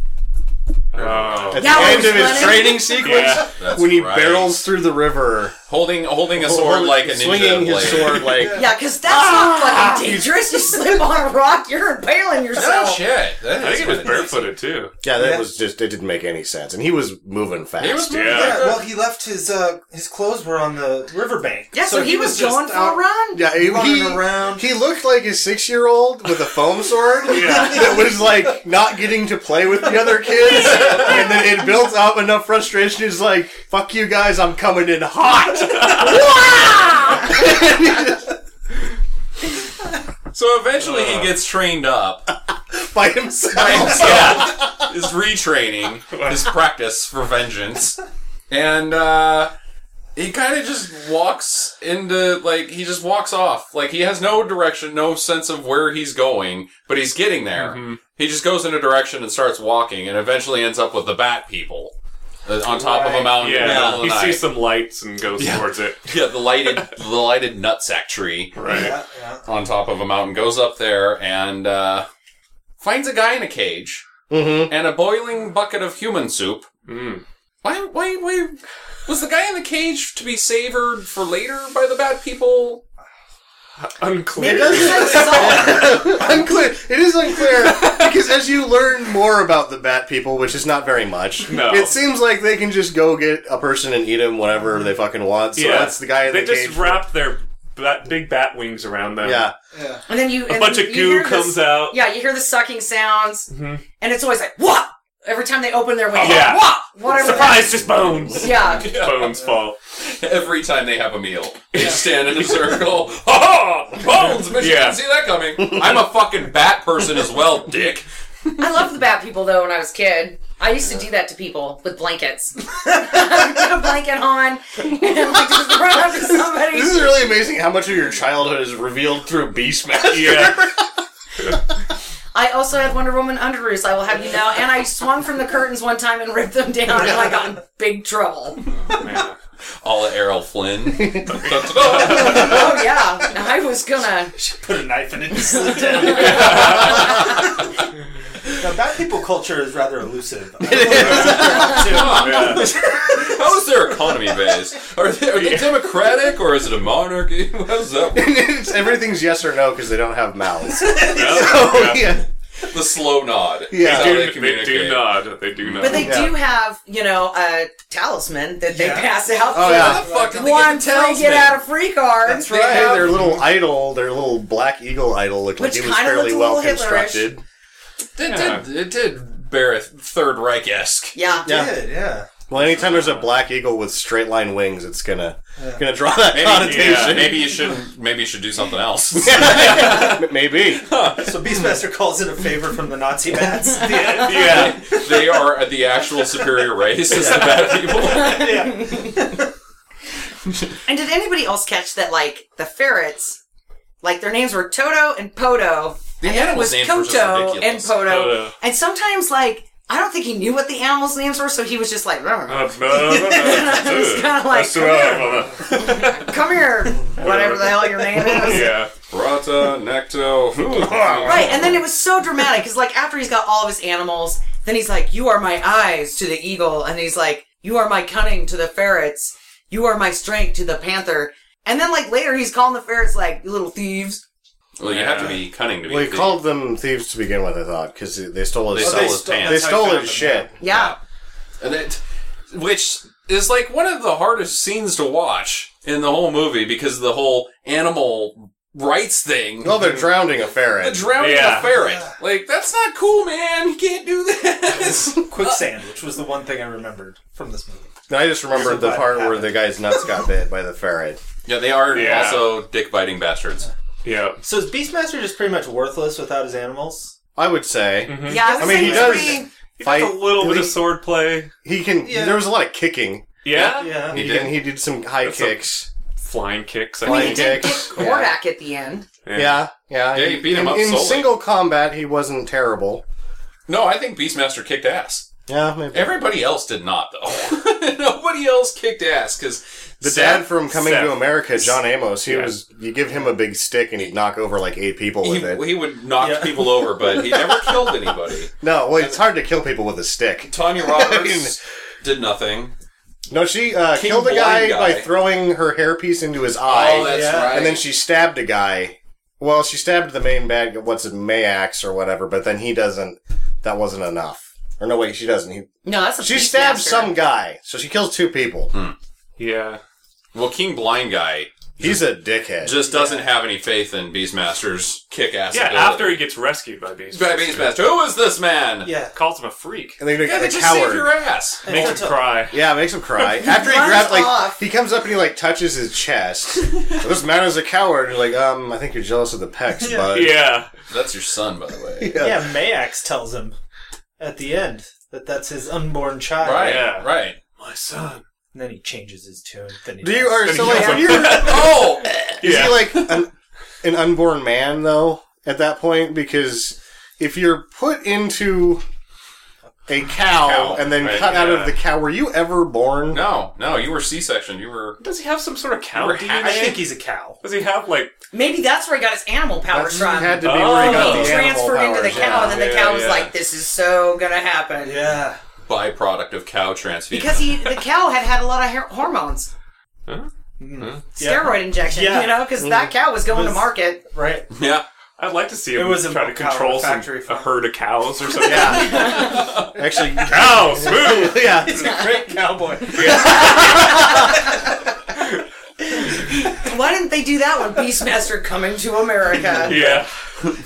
Speaker 4: Oh.
Speaker 6: At
Speaker 5: Yeah,
Speaker 6: the
Speaker 5: when
Speaker 6: end
Speaker 5: he's
Speaker 6: of his
Speaker 5: running.
Speaker 6: training sequence,
Speaker 4: Yeah.
Speaker 1: That's
Speaker 6: when he
Speaker 1: right.
Speaker 6: barrels through the river,
Speaker 1: holding holding a sword
Speaker 6: holding-
Speaker 1: like a ninja
Speaker 6: swinging
Speaker 1: blade. Oh,
Speaker 6: his sword like
Speaker 5: Yeah, because that's
Speaker 4: Ah!
Speaker 5: not fucking dangerous. You slip on a rock, you're impaling
Speaker 1: Oh
Speaker 5: yourself.
Speaker 1: shit! That
Speaker 4: I
Speaker 1: is
Speaker 4: think it was
Speaker 1: what
Speaker 4: barefooted too.
Speaker 6: yeah, that
Speaker 3: Yeah.
Speaker 6: was just it didn't make any sense, and he was moving fast.
Speaker 1: He was moving
Speaker 4: Yeah.
Speaker 1: like
Speaker 3: yeah,
Speaker 1: that.
Speaker 3: well, he left his uh, his clothes were on the riverbank.
Speaker 5: Yeah, so, he, was,
Speaker 3: just
Speaker 5: going for
Speaker 3: out-
Speaker 5: a run.
Speaker 6: yeah, he,
Speaker 3: Running
Speaker 6: he-
Speaker 3: around.
Speaker 6: He looked like a six-year-old with a foam sword
Speaker 4: Yeah.
Speaker 6: that was like not getting to play with the other kids, and then it built up enough frustration. He's like, "Fuck you guys, I'm coming in hot."
Speaker 1: So eventually
Speaker 6: uh.
Speaker 1: he gets trained up.
Speaker 6: by himself.
Speaker 1: yeah, his retraining, his practice for vengeance, and uh, he kind of just walks into like he just walks off. Like he has no direction, no sense of where he's going, but he's getting there. He just goes in a direction and starts walking, and eventually ends up with the bat people uh, on top of a
Speaker 3: Right.
Speaker 1: mountain. In the middle
Speaker 4: Yeah,
Speaker 1: of the
Speaker 4: he
Speaker 1: night.
Speaker 4: sees some lights and goes towards it.
Speaker 1: yeah, the lighted the lighted nutsack tree
Speaker 4: Right.
Speaker 3: Yeah, yeah.
Speaker 1: on top of a mountain, goes up there and uh, finds a guy in a cage
Speaker 6: Mhm.
Speaker 1: and a boiling bucket of human soup.
Speaker 4: Mm-hmm. Mm.
Speaker 1: Why, why, why? Was the guy in the cage to be savored for later by the bad people?
Speaker 4: Unclear.
Speaker 6: unclear. It is unclear because as you learn more about the bat people, which is not very much,
Speaker 4: No.
Speaker 6: it seems like they can just go get a person and eat him whenever they fucking want. So
Speaker 4: yeah,
Speaker 6: that's the guy in
Speaker 4: They
Speaker 6: the
Speaker 4: just
Speaker 6: cage.
Speaker 4: wrap their bat, big bat wings around them.
Speaker 6: yeah,
Speaker 3: yeah.
Speaker 5: And then you
Speaker 4: a
Speaker 5: and
Speaker 4: bunch
Speaker 5: you
Speaker 4: of goo
Speaker 5: hear
Speaker 4: comes
Speaker 5: this-
Speaker 4: out.
Speaker 5: Yeah, you hear the sucking sounds,
Speaker 4: Mhm.
Speaker 5: and it's always like what every time they open their window.
Speaker 4: Oh, Yeah.
Speaker 5: What? Whatever.
Speaker 4: Surprise! Just bones.
Speaker 5: Yeah.
Speaker 4: Bones fall.
Speaker 1: Every time they have a meal, they stand in a circle.
Speaker 4: Ha ha!
Speaker 1: Bones, Mitch, you
Speaker 4: Yeah.
Speaker 1: didn't see that coming. I'm a fucking bat person as well, dick.
Speaker 5: I loved the bat people though when I was a kid. I used to do that to people with blankets. Put a blanket on and like, just run up to somebody.
Speaker 6: this is really amazing how much of your childhood is revealed through Beastmaster.
Speaker 4: Yeah.
Speaker 5: I also had Wonder Woman underoos, I will have you know, and I swung from the curtains one time and ripped them down, and I got in big trouble.
Speaker 4: yeah.
Speaker 1: All at Errol Flynn. Da-da-da.
Speaker 5: Oh yeah, I was gonna.
Speaker 3: Put a knife in it and slid down. now, bad people culture is rather elusive. I don't know what they're up to.
Speaker 4: Yeah.
Speaker 1: How is their economy based? Are they, are they democratic or is it a monarchy? How's that work?
Speaker 6: It's- Everything's yes or no because they don't have mouths.
Speaker 4: No?
Speaker 6: Oh, yeah.
Speaker 1: the slow nod.
Speaker 6: Yeah.
Speaker 1: That's
Speaker 6: They
Speaker 1: how
Speaker 4: do-
Speaker 1: they
Speaker 4: they do
Speaker 1: communicate.
Speaker 4: nod. They do nod.
Speaker 5: But they
Speaker 6: Yeah.
Speaker 5: do have, you know, a talisman that they
Speaker 3: Yeah.
Speaker 5: pass out.
Speaker 6: Oh,
Speaker 5: for
Speaker 6: yeah.
Speaker 1: How the fuck did they get
Speaker 5: One
Speaker 1: the
Speaker 5: free
Speaker 1: talisman?
Speaker 5: get out of free card.
Speaker 6: That's right. their little idol, their little black eagle idol, looked
Speaker 5: Which
Speaker 6: like it was
Speaker 5: kinda
Speaker 6: fairly
Speaker 5: looked a
Speaker 6: well
Speaker 5: little Hitlerish.
Speaker 6: constructed.
Speaker 4: Yeah.
Speaker 1: It did. It did bear a Third Reich esque.
Speaker 5: Yeah.
Speaker 6: Yeah.
Speaker 3: Did, yeah.
Speaker 6: Well, anytime there's a black eagle with straight line wings, it's gonna gonna draw that
Speaker 1: Maybe,
Speaker 6: connotation.
Speaker 1: yeah, maybe you shouldn't. Maybe you should do somthing else.
Speaker 6: Maybe.
Speaker 3: So Beastmaster calls in a favor from the Nazi bats. yeah.
Speaker 6: Yeah.
Speaker 1: they are the actual superior race. Is the bad people.
Speaker 3: yeah.
Speaker 5: And did anybody else catch that, like, the ferrets, like, their names were Toto and Poto.
Speaker 1: The
Speaker 5: and then it
Speaker 1: animals'
Speaker 5: was
Speaker 1: names were just
Speaker 5: Koto and
Speaker 1: ridiculous.
Speaker 5: Poto.
Speaker 4: Toto.
Speaker 5: And sometimes, like, I don't think he knew what the animals' names were, so he was just like,
Speaker 4: Uh, blah, blah, blah, blah.
Speaker 5: It's kinda like-
Speaker 4: That's what I-
Speaker 5: come here, whatever the hell your name is.
Speaker 4: Yeah.
Speaker 1: Rata, Necto.
Speaker 5: Right, and then it was so dramatic because, like, after he's got all of his animals, then he's like, "You are my eyes" to the eagle, and he's like, "You are my cunning" to the ferrets, "You are my strength" to the panther, and then like later he's calling the ferrets like "You little thieves.
Speaker 1: Well, you have to be cunning to be.
Speaker 6: Well,
Speaker 1: a
Speaker 6: he
Speaker 1: thief.
Speaker 6: called them thieves to begin with, I thought, because they stole
Speaker 1: They
Speaker 6: his they
Speaker 1: stole his
Speaker 6: stole,
Speaker 1: pants.
Speaker 6: they
Speaker 1: That's how
Speaker 6: stole
Speaker 3: you found
Speaker 6: his shit.
Speaker 5: Yeah,
Speaker 1: and it, which is like one of the hardest scenes to watch in the whole movie because of the whole animal rights thing.
Speaker 6: Well, they're drowning a
Speaker 1: the
Speaker 6: ferret.
Speaker 1: drowning
Speaker 4: Yeah.
Speaker 1: a ferret. Like that's not cool, man. You can't do this.
Speaker 3: Quicksand, which was the one thing I remembered from this movie.
Speaker 6: And I just remembered the
Speaker 3: What
Speaker 6: part where
Speaker 3: happened?
Speaker 6: the guy's nuts got bit by the ferret.
Speaker 1: yeah, they are
Speaker 4: Yeah.
Speaker 1: also dick biting bastards.
Speaker 4: Yeah.
Speaker 3: So is Beastmaster just pretty much worthless without his animals?
Speaker 6: I would say
Speaker 1: Mm-hmm.
Speaker 5: yeah. I, was
Speaker 6: I mean,
Speaker 5: saying
Speaker 6: he
Speaker 5: it's
Speaker 6: does-
Speaker 5: pretty-
Speaker 6: fight.
Speaker 4: a little bit of
Speaker 6: he,
Speaker 4: sword play.
Speaker 6: he can.
Speaker 3: Yeah.
Speaker 6: There was a lot of kicking.
Speaker 4: Yeah.
Speaker 3: Yeah.
Speaker 6: He
Speaker 1: did.
Speaker 6: did. He did some high
Speaker 4: That's a-
Speaker 6: kicks.
Speaker 4: Flying kicks. I
Speaker 5: I mean,
Speaker 6: Flying
Speaker 5: he
Speaker 4: think.
Speaker 5: did get
Speaker 6: kicks.
Speaker 5: Kordak at the end.
Speaker 6: yeah, yeah.
Speaker 1: Yeah, he beat him
Speaker 6: in,
Speaker 1: up
Speaker 6: in
Speaker 1: solely.
Speaker 6: single combat. He wasn't terrible.
Speaker 1: No, I think Beastmaster kicked ass.
Speaker 6: Yeah, maybe.
Speaker 1: Everybody else did not, though. Nobody else kicked ass because
Speaker 6: the dad from Coming to America, John Amos, he was. You give him a big stick and he'd knock over like eight people
Speaker 1: He,
Speaker 6: with it.
Speaker 1: he would knock
Speaker 3: Yeah.
Speaker 1: people over, but he never killed anybody.
Speaker 6: No, well, it's hard to kill people with a stick.
Speaker 1: Tanya Roberts did nothing.
Speaker 6: No, she uh,
Speaker 1: King
Speaker 6: killed a guy,
Speaker 1: Blind Guy.
Speaker 6: by throwing her hairpiece into his eye,
Speaker 1: Oh, that's
Speaker 3: yeah.
Speaker 1: right.
Speaker 6: and then she stabbed a guy. Well, she stabbed the main bad. What's it, Mayax or whatever? But then he doesn't. That wasn't enough. Or no, wait, she doesn't. He,
Speaker 5: No, that's a
Speaker 6: she
Speaker 5: Beastmaster.
Speaker 6: stabbed some guy, so she kills two people.
Speaker 4: Yeah.
Speaker 1: Well, King Blind Guy
Speaker 6: He's a dickhead.
Speaker 1: just doesn't have any faith in Beastmaster's kick ass.
Speaker 4: Yeah, after he gets rescued by Beast.
Speaker 1: by Beastmaster, who is this man?
Speaker 3: Yeah.
Speaker 4: Calls him a freak.
Speaker 6: and then a,
Speaker 1: yeah,
Speaker 6: a
Speaker 1: they just saved
Speaker 6: coward.
Speaker 1: your ass.
Speaker 4: Makes him cry.
Speaker 6: Yeah, makes him cry. After he
Speaker 5: runs
Speaker 6: grabs, like,
Speaker 5: off.
Speaker 6: he comes up and he like touches his chest. this man is a coward. You're like, um, I think you're jealous of the pecs, bud.
Speaker 4: Yeah.
Speaker 1: That's your son, by the way.
Speaker 3: Yeah, Mayax tells him at the end that that's his unborn child.
Speaker 1: Right,
Speaker 4: Yeah.
Speaker 1: right.
Speaker 4: My son.
Speaker 3: And then he changes his tune. Then he
Speaker 6: Do you are
Speaker 4: And
Speaker 6: so
Speaker 4: he
Speaker 6: like
Speaker 4: kills
Speaker 6: when
Speaker 4: him.
Speaker 6: you're
Speaker 1: Oh,
Speaker 6: Is
Speaker 4: Yeah.
Speaker 6: he like an, an unborn man though at that point? Because if you're put into a cow,
Speaker 1: Cow,
Speaker 6: and then
Speaker 1: right,
Speaker 6: cut out
Speaker 4: yeah.
Speaker 6: of the cow, were you ever born?
Speaker 1: no, no, you were C-section. You were.
Speaker 4: Does he have some sort of cow
Speaker 1: You're
Speaker 4: DNA?
Speaker 1: ha-
Speaker 3: I think he's a cow.
Speaker 4: Does he have like?
Speaker 5: Maybe that's where he got his animal powers
Speaker 6: That's-
Speaker 5: from.
Speaker 6: had to be where he got
Speaker 4: Oh.
Speaker 5: he
Speaker 6: the animal
Speaker 5: transferred into
Speaker 6: powers.
Speaker 5: the cow, and
Speaker 6: yeah.
Speaker 5: then the
Speaker 4: Yeah,
Speaker 5: cow was
Speaker 4: yeah.
Speaker 5: like, "This is so gonna happen."
Speaker 3: Yeah.
Speaker 1: byproduct of cow transfusion.
Speaker 5: Because he, the cow had had a lot of her- hormones, Mm.
Speaker 4: Huh?
Speaker 5: steroid injection,
Speaker 3: Yeah.
Speaker 5: you know, because that cow was going to
Speaker 3: Was-
Speaker 5: market.
Speaker 3: Right.
Speaker 1: yeah,
Speaker 4: I'd like to see
Speaker 3: It
Speaker 4: him
Speaker 3: was a
Speaker 4: try to
Speaker 3: cow
Speaker 4: control some,
Speaker 3: factory
Speaker 4: a
Speaker 3: farm.
Speaker 4: herd of cows or something. Oh,
Speaker 6: Actually,
Speaker 4: Cows. Woo!
Speaker 6: yeah.
Speaker 3: Great cowboy.
Speaker 5: Why didn't they do that when Beastmaster coming to America?
Speaker 4: Yeah.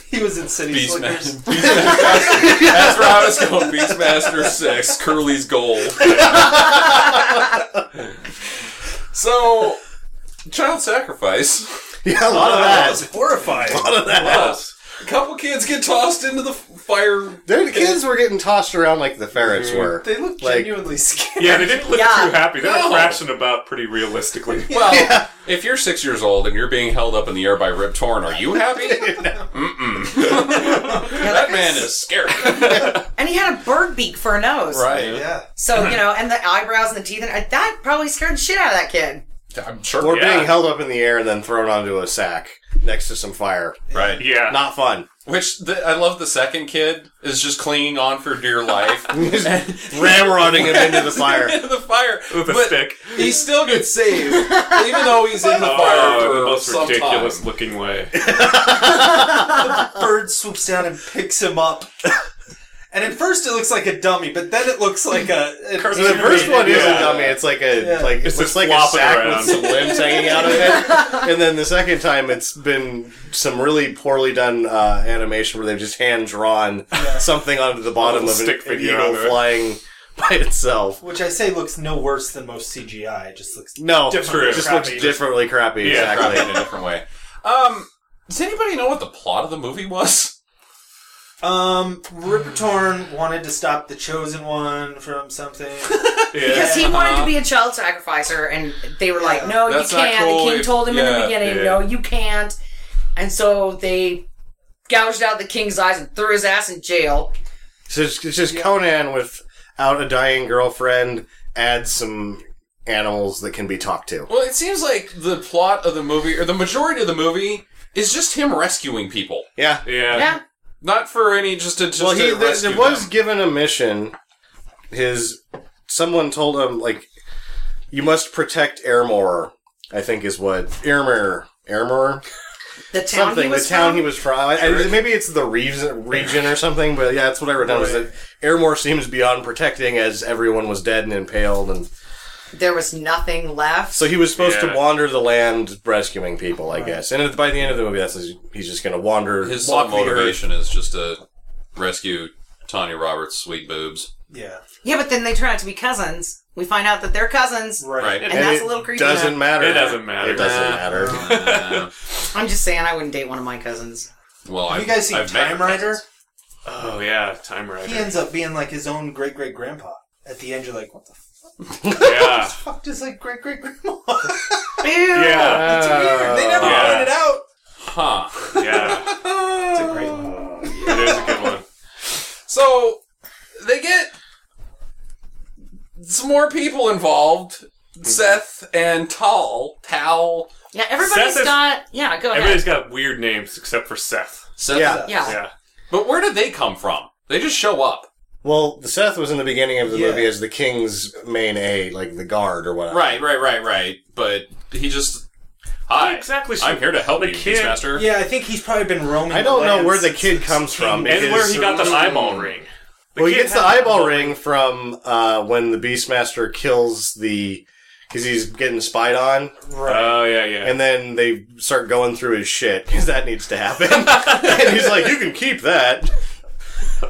Speaker 3: He was in City Slickers.
Speaker 1: Beastmaster. That's where I was going. Beastmaster six, Curly's gold. so, child sacrifice.
Speaker 6: yeah, a lot of
Speaker 3: Oh, That was
Speaker 6: that.
Speaker 3: horrifying.
Speaker 4: Cows.
Speaker 1: A couple kids get tossed into the f- fire.
Speaker 6: The kids were getting tossed around like the ferrets
Speaker 4: Mm-hmm.
Speaker 6: were.
Speaker 3: They looked
Speaker 6: Like-
Speaker 3: genuinely scared.
Speaker 4: Yeah, they didn't look
Speaker 5: Yeah.
Speaker 4: too happy. They
Speaker 1: No.
Speaker 4: were thrashing about pretty realistically.
Speaker 1: Well, if you're six years old and you're being held up in the air by Rip Torn, are you happy? that man is scary.
Speaker 5: And he had a bird beak for a nose.
Speaker 1: right.
Speaker 3: Yeah.
Speaker 5: So, you know, and the eyebrows and the teeth, and that probably scared the shit out of that kid.
Speaker 1: I'm sure.
Speaker 6: Or
Speaker 4: Yeah.
Speaker 6: being held up in the air and then thrown onto a sack. next to some fire.
Speaker 1: Right.
Speaker 4: Yeah.
Speaker 6: Not fun.
Speaker 1: Which the, I love. The second kid is just clinging on for dear life,
Speaker 6: Ramrodding him into the fire.
Speaker 1: into the fire
Speaker 4: with a
Speaker 1: but
Speaker 4: stick.
Speaker 1: He still gets saved, even though he's in the fire
Speaker 4: Oh,
Speaker 1: for
Speaker 4: the most
Speaker 1: some
Speaker 4: ridiculous
Speaker 1: time.
Speaker 4: looking way.
Speaker 3: bird swoops down and picks him up. and at first it looks like a dummy, but then it looks like a. a
Speaker 6: So the first one is a
Speaker 4: Yeah.
Speaker 6: dummy. It's like a
Speaker 3: Yeah.
Speaker 6: like
Speaker 4: It's
Speaker 6: it's
Speaker 4: just
Speaker 6: looks like a
Speaker 4: flopping
Speaker 6: sack
Speaker 4: around.
Speaker 6: with some limbs hanging out of it. And then the second time, it's been some really poorly done uh, animation where they've just hand drawn something onto the bottom of
Speaker 4: little
Speaker 6: an,
Speaker 4: stick
Speaker 6: an
Speaker 4: figure
Speaker 6: eagle
Speaker 4: onto it.
Speaker 6: flying by itself.
Speaker 3: Which I say looks no worse than most CGI. It just looks.
Speaker 6: No,
Speaker 4: Differently
Speaker 6: it just
Speaker 3: crappy.
Speaker 6: looks differently crappy.
Speaker 4: Yeah,
Speaker 1: Crap, in
Speaker 6: exactly.
Speaker 1: a different way. Um, does anybody know what the plot of the movie was?
Speaker 3: Um, Rippertorn wanted to stop the Chosen One from something.
Speaker 5: Because
Speaker 4: Yeah.
Speaker 5: he wanted to be a child sacrificer, and they were like, "No,
Speaker 1: That's
Speaker 5: you
Speaker 1: not
Speaker 5: can't."
Speaker 1: cool
Speaker 5: The king
Speaker 1: if-
Speaker 5: told him in
Speaker 1: yeah,
Speaker 5: the beginning,
Speaker 4: yeah.
Speaker 5: "No, you can't." And so they gouged out the king's eyes and threw his ass in jail.
Speaker 6: So it's, it's just Conan without a dying girlfriend. Add some animals that can be talked to.
Speaker 1: Well, it seems like the plot of the movie, or the majority of the movie, is just him rescuing people.
Speaker 6: Yeah.
Speaker 5: Yeah,
Speaker 1: Not for any just to just
Speaker 6: well, he
Speaker 1: to
Speaker 6: there,
Speaker 1: rescue
Speaker 6: there was
Speaker 1: them.
Speaker 6: given a mission. His someone told him like, you must protect Airmore. I think is what Airmore Airmore
Speaker 5: the town
Speaker 6: something
Speaker 5: he
Speaker 6: the
Speaker 5: was
Speaker 6: town
Speaker 5: from.
Speaker 6: he was from. I, I- maybe it's the region region or something. But yeah, that's what I wrote down. Was that Airmore seems beyond protecting as everyone was dead and impaled, and
Speaker 5: there was nothing left.
Speaker 6: so he was supposed
Speaker 4: Yeah.
Speaker 6: to wander the land rescuing people. I guess, and by the end of the movie, that's he's just going to wander.
Speaker 1: his
Speaker 6: walk
Speaker 1: sole
Speaker 6: the earth.
Speaker 1: motivation is just to rescue Tanya Roberts' sweet boobs.
Speaker 3: yeah.
Speaker 5: yeah, but then they turn out to be cousins. We find out that they're cousins.
Speaker 1: Right.
Speaker 5: And that's a little creepy.
Speaker 6: Doesn't matter.
Speaker 4: It doesn't matter.
Speaker 6: It doesn't
Speaker 1: Nah.
Speaker 6: matter.
Speaker 1: Uh,
Speaker 5: I'm just saying, I wouldn't date one of my cousins.
Speaker 1: well,
Speaker 3: Have
Speaker 1: I've,
Speaker 3: you guys seen
Speaker 1: I've met
Speaker 3: Time
Speaker 1: her
Speaker 3: Rider?
Speaker 1: cousins.
Speaker 4: Oh yeah, Time Rider.
Speaker 3: He ends up being like his own great great grandpa. At the end, you're like, what the
Speaker 4: Yeah.
Speaker 3: fuck does like great great grandma?
Speaker 5: Ew.
Speaker 4: Yeah.
Speaker 3: it's weird.
Speaker 6: Uh,
Speaker 3: They never
Speaker 4: Yeah.
Speaker 3: pointed it out.
Speaker 1: Huh.
Speaker 4: Yeah.
Speaker 3: It's a great one.
Speaker 4: It is a good one.
Speaker 1: So they get some more people involved. Seth and Tal. Tal.
Speaker 5: Yeah, everybody's
Speaker 4: Seth is-
Speaker 5: got. Yeah, go ahead.
Speaker 4: Everybody's got weird names except for Seth.
Speaker 1: Seth.
Speaker 6: Yeah.
Speaker 5: yeah.
Speaker 4: Yeah.
Speaker 1: But where did they come from? They just show up.
Speaker 6: Well, the Seth was in the beginning of the
Speaker 3: Yeah.
Speaker 6: movie as the king's main aide, like the guard or whatever.
Speaker 1: Right, right, right, right. But he just.
Speaker 4: I'm
Speaker 1: Hi.
Speaker 4: not exactly sure.
Speaker 1: I'm here to help
Speaker 4: The
Speaker 1: you,
Speaker 4: kid-
Speaker 1: Beastmaster.
Speaker 3: Yeah, I think he's probably been roaming.
Speaker 6: I don't
Speaker 3: the
Speaker 6: know
Speaker 3: lands
Speaker 6: where the kid
Speaker 3: since
Speaker 6: comes
Speaker 3: King
Speaker 6: from.
Speaker 4: and
Speaker 6: because-
Speaker 4: where he got the eyeball ring. The
Speaker 6: well, he
Speaker 4: kid
Speaker 6: gets the
Speaker 4: had-
Speaker 6: eyeball ring from uh, when the Beastmaster kills the. Because he's getting spied on,
Speaker 4: Oh yeah, yeah.
Speaker 6: and then they start going through his shit, because that needs to happen. and he's like, you can keep that.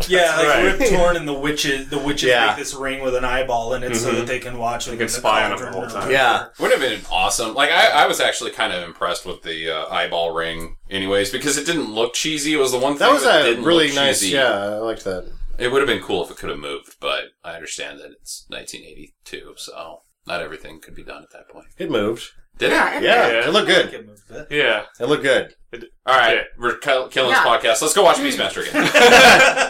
Speaker 3: Yeah, like
Speaker 4: Right.
Speaker 3: Rip Torn and the witches. The witches
Speaker 6: Yeah. Mm-hmm.
Speaker 3: make this ring with an eyeball in it so that they can watch. They
Speaker 4: can spy on him the whole time.
Speaker 6: Yeah.
Speaker 1: Would have been awesome. Like I, I was actually kind of impressed with the uh, eyeball ring, anyways, because it didn't look cheesy. It was the one thing
Speaker 6: That was a
Speaker 1: didn't
Speaker 6: really
Speaker 1: look
Speaker 6: nice.
Speaker 1: cheesy.
Speaker 6: Yeah, I liked that.
Speaker 1: It would have been cool if it could have moved, but I understand that it's 1982, so not everything could be done at that point.
Speaker 6: It moved.
Speaker 1: Did it?
Speaker 6: Yeah,
Speaker 4: Yeah.
Speaker 6: it looked good.
Speaker 4: yeah.
Speaker 6: It looked good.
Speaker 1: All right, we're kill- killing
Speaker 5: Yeah.
Speaker 1: this podcast. Let's go watch Beastmaster again.
Speaker 6: I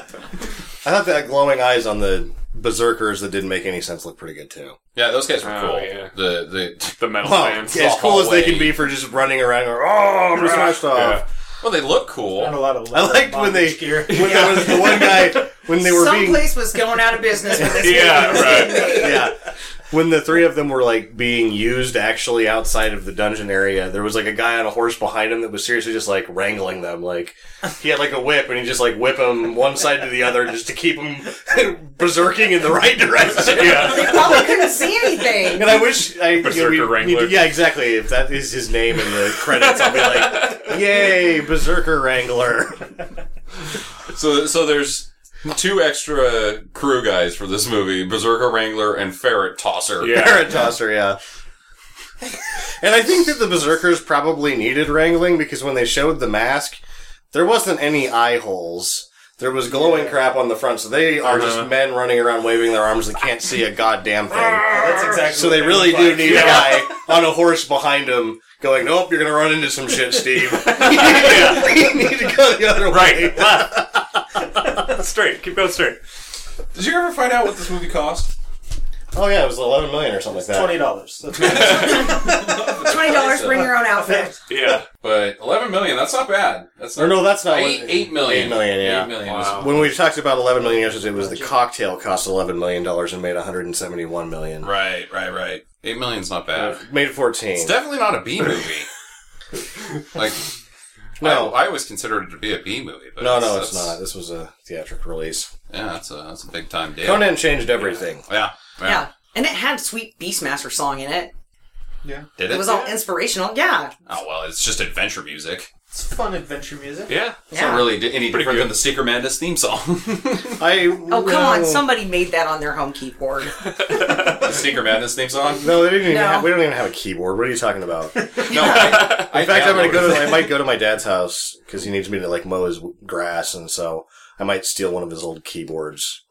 Speaker 6: thought that glowing eyes on the berserkers that didn't make any sense looked pretty good too.
Speaker 1: yeah, those guys were
Speaker 4: Oh,
Speaker 1: cool.
Speaker 4: yeah.
Speaker 1: The the
Speaker 4: The metal
Speaker 6: Well,
Speaker 4: fans.
Speaker 6: as
Speaker 1: the
Speaker 6: cool as they
Speaker 1: Oh,
Speaker 6: can
Speaker 1: hallway.
Speaker 6: be for just running around going, oh, I'm smashed
Speaker 4: Yeah.
Speaker 6: off.
Speaker 1: well, they look cool.
Speaker 3: Not a lot of.
Speaker 6: I liked when they,
Speaker 3: gear.
Speaker 6: when there was the one guy, when they were being,
Speaker 5: Someplace was going out of business with this.
Speaker 4: Yeah, right.
Speaker 6: yeah, when the three of them were like being used actually outside of the dungeon area, there was like a guy on a horse behind him that was seriously just like wrangling them. Like he had like a whip and he just like whip them one side to the other just to keep them berserking in the right direction.
Speaker 4: yeah.
Speaker 5: Probably couldn't see anything.
Speaker 6: And I wish I
Speaker 4: Berserker
Speaker 6: you know, we-
Speaker 4: Wrangler.
Speaker 6: we- yeah, exactly. If that is his name in the credits, I'll be like, "Yay, Berserker Wrangler!"
Speaker 1: So so there's two extra crew guys for this movie: Berserker Wrangler and Ferret Tosser.
Speaker 4: Yeah.
Speaker 6: Parrot tosser, yeah. And I think that the Berserkers probably needed wrangling because when they showed the mask, there wasn't any eye holes. There was glowing crap on the front, so they are just men running around waving their arms that can't see a goddamn thing.
Speaker 3: That's exactly.
Speaker 6: So
Speaker 3: what
Speaker 6: they really
Speaker 3: look
Speaker 6: do
Speaker 3: like.
Speaker 6: need a
Speaker 4: Yeah.
Speaker 6: guy on a horse behind them going, Nope, you're gonna run into some shit, Steve. you need to go the other way.
Speaker 4: Right. Left. straight. Keep going straight.
Speaker 1: Did you ever find out what this movie cost?
Speaker 6: Oh yeah, it was eleven million or something like that.
Speaker 3: Twenty dollars. That's
Speaker 5: Twenty dollars, bring your own outfit.
Speaker 4: Yeah.
Speaker 1: But 11 million, that's not bad. That's not
Speaker 6: Or no, that's not
Speaker 1: Eight-
Speaker 6: what-
Speaker 1: eight million.
Speaker 6: Eight million, yeah.
Speaker 1: Eight million
Speaker 4: Wow.
Speaker 6: When we talked about eleven million yesterday, it was the cocktail cost eleven million dollars and made one hundred and seventy-one million.
Speaker 1: Right, right, right. Eight million's not bad.
Speaker 6: Made fourteen.
Speaker 1: It's definitely not a B movie. like,
Speaker 6: No.
Speaker 1: I, I always considered it to be a B movie. But
Speaker 6: no, no, it's
Speaker 1: that's-
Speaker 6: not. This was a theatrical release.
Speaker 1: Yeah, that's a that's a big time deal.
Speaker 6: Conan changed everything.
Speaker 1: Yeah, yeah.
Speaker 5: Yeah. And it had a sweet Beastmaster song in it.
Speaker 3: yeah.
Speaker 1: Did it?
Speaker 5: It was all inspirational. Yeah.
Speaker 1: oh well, it's just adventure music.
Speaker 3: It's fun adventure music.
Speaker 1: Yeah, it's
Speaker 5: Yeah.
Speaker 1: not really di- any different
Speaker 4: good.
Speaker 1: than the Secret Madness theme song.
Speaker 6: I
Speaker 5: Oh come on, somebody made that on their home keyboard.
Speaker 1: the Secret Madness theme song.
Speaker 6: No, they didn't even
Speaker 5: No.
Speaker 6: have, we don't even have a keyboard. What are you talking about? In
Speaker 1: No, I, I
Speaker 6: fact, I'm gonna go
Speaker 1: downloaded
Speaker 6: to.
Speaker 1: it.
Speaker 6: I might go to my dad's house because he needs me to like mow his grass, and so I might steal one of his old keyboards.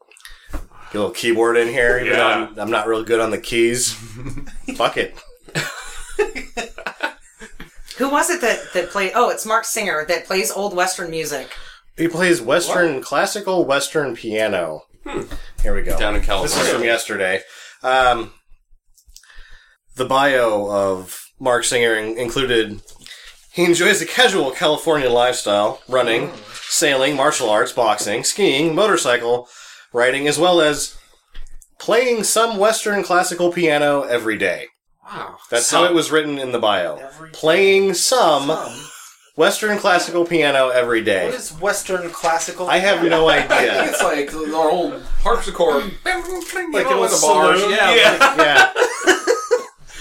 Speaker 6: Get a little keyboard in here. Even though
Speaker 4: Yeah.
Speaker 6: I'm, I'm not real good on the keys. Fuck it.
Speaker 5: Who was it that that played? Oh, it's Mark Singer that plays old Western music.
Speaker 6: He plays Western classical Western piano.
Speaker 3: Hmm.
Speaker 6: Here we go.
Speaker 1: down in
Speaker 6: This is from
Speaker 1: California.
Speaker 6: yesterday. Um, the bio of Mark Singer in- included he enjoys the casual California lifestyle, running,
Speaker 3: Hmm.
Speaker 6: sailing, martial arts, boxing, skiing, motorcycle riding, as well as playing some Western classical piano every day.
Speaker 4: Wow.
Speaker 6: That's how it was written in the bio.
Speaker 3: Every day.
Speaker 6: playing some
Speaker 3: Um,
Speaker 6: Western classical piano every
Speaker 3: what
Speaker 6: day.
Speaker 3: is Western classical?
Speaker 6: I have no idea.
Speaker 1: It's like the old harpsichord, like
Speaker 3: an old
Speaker 1: in the bars.
Speaker 3: saloon.
Speaker 1: Yeah,
Speaker 4: Yeah.
Speaker 6: yeah.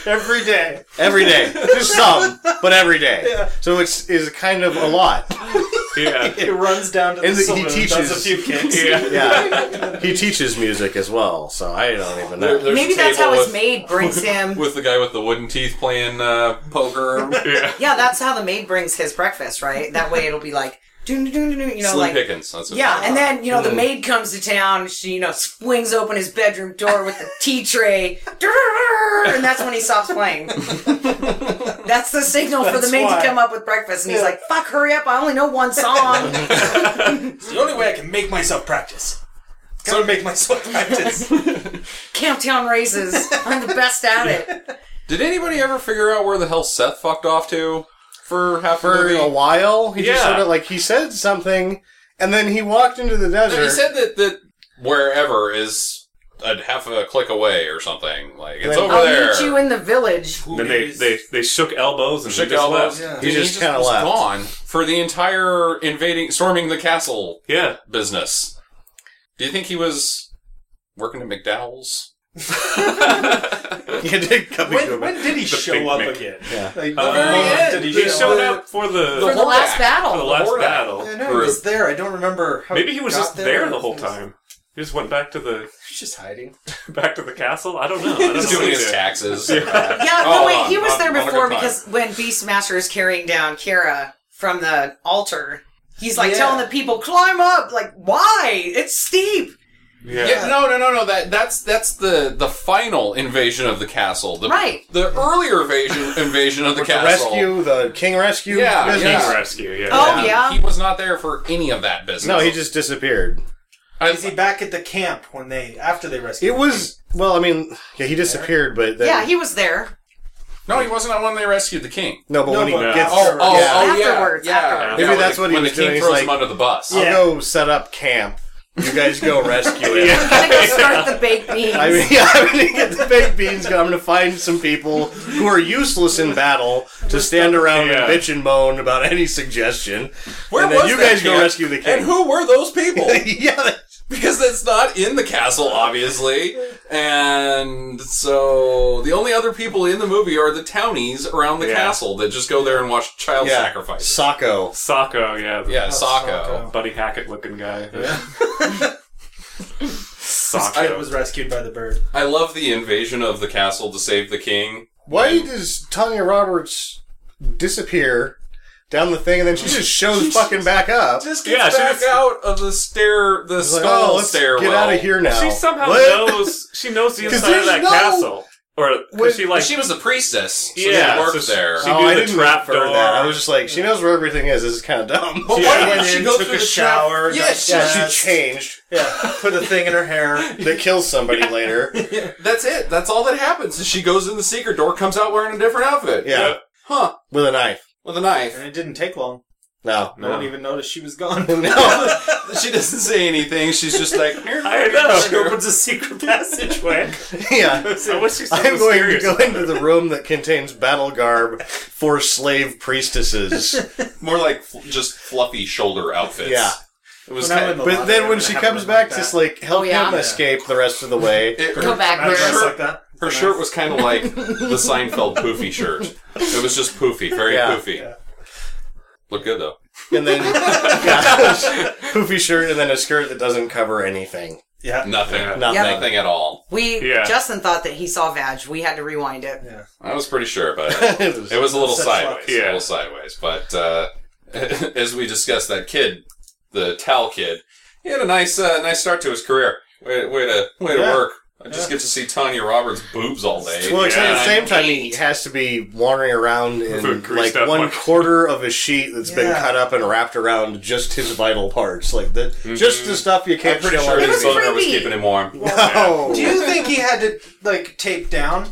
Speaker 3: every day.
Speaker 6: Every day. Just some, but every day. So it's is kind of a lot.
Speaker 4: Yeah.
Speaker 3: It runs down to the
Speaker 6: And he
Speaker 3: saloon, does a
Speaker 6: teaches.
Speaker 3: few kicks.
Speaker 4: Yeah.
Speaker 6: Yeah. He teaches music as well, so I don't even
Speaker 1: There-
Speaker 6: know.
Speaker 1: there's a
Speaker 5: Maybe that's
Speaker 1: table
Speaker 5: how it's
Speaker 1: with-
Speaker 5: made brings him.
Speaker 1: With the guy with the wooden teeth playing uh, poker,
Speaker 5: Yeah, that's how the maid brings his breakfast, right? That way it'll be like, doo doo doo doo, you know,
Speaker 1: Slim
Speaker 5: like.
Speaker 1: Pickens. That's what
Speaker 5: Yeah, and then, you know, the maid comes to town, she, you know, swings open his bedroom door with the tea tray, and that's when he stops playing. That's the signal for the
Speaker 3: That's
Speaker 5: maid
Speaker 3: why.
Speaker 5: to come up with breakfast, and he's like, fuck, hurry up, I only know one song.
Speaker 3: It's the only way I can make myself practice. Gotta make myself practice.
Speaker 5: Camptown races, I'm the best at it.
Speaker 1: Did anybody ever figure out where the hell Seth fucked off to for half a
Speaker 6: For
Speaker 1: movie?
Speaker 6: a while, he just
Speaker 4: Yeah.
Speaker 6: sort of like he said something and then he walked into the desert.
Speaker 1: He said that that wherever is a half a click away or something. Like it's
Speaker 6: Right.
Speaker 1: over
Speaker 5: I'll
Speaker 1: there.
Speaker 5: meet you in the village.
Speaker 4: Then they, they they shook elbows and
Speaker 1: Shook
Speaker 4: he just
Speaker 1: elbows.
Speaker 4: left.
Speaker 1: and
Speaker 6: He just kinda
Speaker 1: was
Speaker 6: left.
Speaker 1: gone for the entire invading, storming the castle
Speaker 4: Yeah.
Speaker 1: business. Do you think he was working at McDowell's?
Speaker 6: he did come
Speaker 3: when,
Speaker 6: into a-
Speaker 3: when did he show
Speaker 4: Big
Speaker 3: up
Speaker 4: Mac.
Speaker 3: again?
Speaker 6: Yeah.
Speaker 3: Like,
Speaker 4: Uh,
Speaker 3: when
Speaker 1: end,
Speaker 3: did he,
Speaker 4: He
Speaker 3: show
Speaker 4: showed
Speaker 3: up?
Speaker 4: up for the
Speaker 5: For the
Speaker 1: Hordak.
Speaker 5: last
Speaker 4: for the
Speaker 5: battle.
Speaker 4: last
Speaker 1: Hordak.
Speaker 4: battle.
Speaker 3: I know he was
Speaker 1: Group.
Speaker 3: there. I don't remember.
Speaker 6: Oh,
Speaker 3: How
Speaker 4: Maybe he was
Speaker 3: got
Speaker 4: just there
Speaker 3: or
Speaker 4: the whole
Speaker 3: if he was-
Speaker 4: time. He just went back to the
Speaker 3: he was just hiding.
Speaker 4: back to the castle. I don't know. I don't
Speaker 1: He's
Speaker 4: know
Speaker 1: doing
Speaker 4: either.
Speaker 1: his taxes.
Speaker 5: Yeah,
Speaker 1: Oh,
Speaker 5: no, wait, he
Speaker 1: on-
Speaker 5: was
Speaker 1: on-
Speaker 5: there
Speaker 1: on a good
Speaker 5: before
Speaker 1: time.
Speaker 5: because when Beastmaster is carrying down Kira from the altar, he's like
Speaker 3: Yeah.
Speaker 5: telling the people, climb up! Like, why? It's steep!
Speaker 4: Yeah.
Speaker 1: Yeah, no, no, no, no. That that's that's the the final invasion of the castle. The,
Speaker 5: Right.
Speaker 1: The earlier invasion invasion of the
Speaker 6: the
Speaker 1: castle.
Speaker 6: rescue, the king rescue
Speaker 1: Yeah,
Speaker 6: business.
Speaker 1: yeah.
Speaker 4: King Rescue. Yeah.
Speaker 5: Oh, yeah.
Speaker 1: He was not there for any of that business.
Speaker 6: No, he just disappeared.
Speaker 1: I,
Speaker 3: Is he back at the camp when they after they rescued?
Speaker 6: It was well, I mean, yeah, he disappeared, but then,
Speaker 5: Yeah, he was there.
Speaker 1: no, he wasn't on when they rescued the king.
Speaker 6: no, but
Speaker 3: No,
Speaker 6: when he
Speaker 3: but-
Speaker 6: gets
Speaker 3: Oh,
Speaker 1: Oh,
Speaker 6: yeah.
Speaker 1: oh, yeah,
Speaker 5: Afterwards,
Speaker 1: yeah.
Speaker 5: afterwards.
Speaker 6: Maybe
Speaker 1: Yeah,
Speaker 6: that's
Speaker 1: when the- when
Speaker 6: what he was
Speaker 1: the king
Speaker 6: doing, he's
Speaker 1: throws
Speaker 6: like-
Speaker 1: him under the bus.
Speaker 6: I'll
Speaker 3: Yeah.
Speaker 6: go set up camp. You guys go rescue him.
Speaker 5: I'm gonna go start the baked beans.
Speaker 6: I mean, yeah, I'm gonna get the baked beans. go- I'm gonna find some people who are useless in battle to stand around
Speaker 4: Yeah.
Speaker 6: and bitch and moan about any suggestion.
Speaker 1: Where
Speaker 6: and then
Speaker 1: was
Speaker 6: you
Speaker 1: that
Speaker 6: guys go
Speaker 1: camp?
Speaker 6: rescue the king.
Speaker 1: And who were those people?
Speaker 6: yeah, that-
Speaker 1: because that's not in the castle, obviously. And so the only other people in the movie are the townies around the
Speaker 4: Yeah.
Speaker 1: castle that just go there and watch child
Speaker 6: yeah.
Speaker 1: sacrifice.
Speaker 6: Sacco.
Speaker 4: Sacco. Yeah. the
Speaker 1: Yeah, Sako.
Speaker 3: Sako.
Speaker 4: Buddy Hackett looking guy.
Speaker 3: I
Speaker 4: Sacco.
Speaker 3: was rescued by the bird.
Speaker 1: I love the invasion of the castle to save the king.
Speaker 6: Why does Tanya Roberts disappear down the thing and then she just shows fucking back up?
Speaker 1: Just
Speaker 4: gets
Speaker 1: gets
Speaker 4: back
Speaker 1: back out of the stair, the
Speaker 6: It's like,
Speaker 1: skull
Speaker 6: oh, let's
Speaker 1: stairwell.
Speaker 6: get out of here now.
Speaker 4: She somehow
Speaker 6: What?
Speaker 4: knows. She knows the
Speaker 6: 'Cause
Speaker 4: inside of
Speaker 6: there's
Speaker 4: that
Speaker 6: no-
Speaker 4: castle. Or
Speaker 6: Wait,
Speaker 4: was she like?
Speaker 1: she was the priestess. So
Speaker 4: Yeah,
Speaker 1: she worked
Speaker 4: so she-
Speaker 1: there.
Speaker 4: she-
Speaker 6: Oh,
Speaker 4: do
Speaker 6: I
Speaker 4: the
Speaker 6: didn't
Speaker 4: trap
Speaker 6: for that. I
Speaker 4: door.
Speaker 6: was just like, she knows where everything is. This is kind of dumb.
Speaker 1: But
Speaker 4: Yeah.
Speaker 1: why
Speaker 3: Went
Speaker 1: didn't she
Speaker 3: in,
Speaker 1: go
Speaker 3: took
Speaker 1: through
Speaker 3: a
Speaker 1: the
Speaker 3: shower,
Speaker 1: shower? Yeah,
Speaker 3: got
Speaker 1: she, she,
Speaker 3: dressed.
Speaker 6: she changed.
Speaker 3: Yeah, put a thing in her hair.
Speaker 6: That kills somebody later.
Speaker 1: that's it. That's all that happens. Is she goes in the secret door, comes out wearing a different outfit.
Speaker 6: Yeah.
Speaker 1: Huh.
Speaker 6: With a knife.
Speaker 1: With a knife.
Speaker 3: And it didn't take long.
Speaker 6: No.
Speaker 3: No one even noticed she was gone.
Speaker 6: No.
Speaker 1: She doesn't say anything. She's just like,
Speaker 4: I know.
Speaker 3: she opens a secret passageway.
Speaker 6: yeah.
Speaker 4: I wish she
Speaker 6: I'm
Speaker 4: sounded
Speaker 6: going to
Speaker 4: serious.
Speaker 6: go into the room that contains battle garb for slave priestesses.
Speaker 1: More like fl- just fluffy shoulder outfits.
Speaker 6: Yeah.
Speaker 1: It was
Speaker 3: When I
Speaker 1: kind
Speaker 3: went
Speaker 1: of.
Speaker 3: A lot
Speaker 6: But
Speaker 3: of
Speaker 6: then
Speaker 3: them
Speaker 6: when
Speaker 3: that
Speaker 6: she
Speaker 3: happen
Speaker 6: comes
Speaker 3: to
Speaker 6: back,
Speaker 3: like
Speaker 6: just
Speaker 3: that.
Speaker 6: like help
Speaker 5: Oh, yeah.
Speaker 6: him escape the rest of the way.
Speaker 1: it-
Speaker 5: Go back,
Speaker 3: Not dressed
Speaker 5: Bruce.
Speaker 3: like that.
Speaker 1: Her shirt was kind of like the Seinfeld poofy shirt. It was just poofy, very
Speaker 6: Yeah.
Speaker 1: poofy. Looked good though.
Speaker 6: And then, yeah, poofy shirt and then a skirt that doesn't cover anything.
Speaker 3: Yeah.
Speaker 1: Nothing.
Speaker 4: Yeah.
Speaker 6: Nothing.
Speaker 1: Nothing at all.
Speaker 5: We
Speaker 4: Yeah.
Speaker 5: Justin thought that he saw Vag. We had to rewind it.
Speaker 1: I was pretty sure about it.
Speaker 6: It was-
Speaker 1: It was a little
Speaker 3: Such
Speaker 1: sideways.
Speaker 3: luck.
Speaker 1: A
Speaker 4: Yeah.
Speaker 1: little sideways. But uh, as we discussed, that kid, the Tal kid, he had a nice, uh, nice start to his career. Way, way to, way
Speaker 3: Yeah.
Speaker 1: to work. I just get to see Tanya Roberts' boobs all day.
Speaker 6: Well, except at the
Speaker 1: Yeah.
Speaker 6: same time, he has to be wandering around in
Speaker 4: Food
Speaker 6: like
Speaker 4: greased up
Speaker 6: one
Speaker 4: like-
Speaker 6: quarter of a sheet that's been
Speaker 3: Yeah.
Speaker 6: cut up and wrapped around just his vital parts, like the just the stuff you
Speaker 1: I'm
Speaker 6: can't
Speaker 1: pretty
Speaker 6: show
Speaker 1: sure
Speaker 6: on-
Speaker 1: his
Speaker 5: It was
Speaker 1: boner was
Speaker 5: creepy.
Speaker 1: keeping him warm.
Speaker 6: No.
Speaker 3: Do you think he had to like tape down?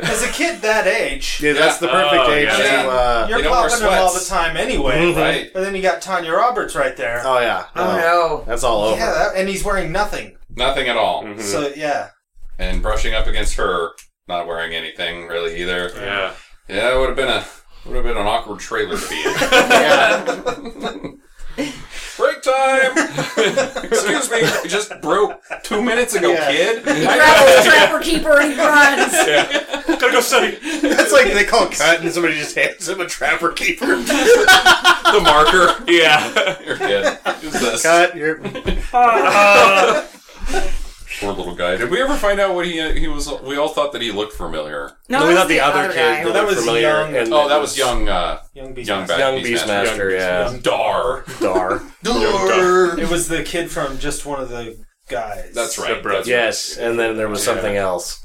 Speaker 3: As a kid that age,
Speaker 6: Yeah, that's the perfect
Speaker 4: Oh,
Speaker 6: age
Speaker 1: yeah.
Speaker 6: to. Uh,
Speaker 3: you're
Speaker 1: You don't wear
Speaker 3: popping them all the
Speaker 1: sweats.
Speaker 3: time anyway.
Speaker 6: Mhm.
Speaker 1: Right?
Speaker 3: But then you got Tanya Roberts right there.
Speaker 6: oh yeah.
Speaker 5: Oh
Speaker 6: No.
Speaker 5: no.
Speaker 6: That's all over.
Speaker 3: yeah, that, and he's wearing nothing.
Speaker 1: Nothing at all.
Speaker 4: Mhm.
Speaker 3: So yeah,
Speaker 1: And brushing up against her, not wearing anything really either.
Speaker 4: yeah.
Speaker 1: Yeah, it would have been a would have been an awkward trailer to be in.
Speaker 6: Yeah.
Speaker 1: Break time. Excuse me, you just broke two minutes ago,
Speaker 6: Yeah.
Speaker 1: kid.
Speaker 5: Grab a trapper keeper and he runs.
Speaker 4: Yeah. Gotta go study.
Speaker 6: That's like they call cut and somebody just hands him a trapper keeper.
Speaker 1: the marker.
Speaker 4: Yeah.
Speaker 1: You're kid. Who's this?
Speaker 6: cut. You're, Uh.
Speaker 1: Poor little guy. Did we ever find out what he uh, he was? We all thought that he looked familiar.
Speaker 5: No,
Speaker 6: we
Speaker 5: that's
Speaker 6: thought the other,
Speaker 5: guy.
Speaker 6: kid
Speaker 3: No, that was
Speaker 6: familiar.
Speaker 3: young.
Speaker 6: and
Speaker 1: Oh,
Speaker 6: it
Speaker 1: that was young. Uh,
Speaker 3: young beast.
Speaker 1: young
Speaker 3: Master.
Speaker 1: back.
Speaker 6: Young
Speaker 1: Beastmaster.
Speaker 6: Beastmaster, yeah.
Speaker 1: Dar.
Speaker 6: Dar.
Speaker 4: Dar.
Speaker 3: It was the kid from just one of the guys.
Speaker 1: That's right.
Speaker 4: brother.
Speaker 1: That's
Speaker 6: Yes, and then there was something else.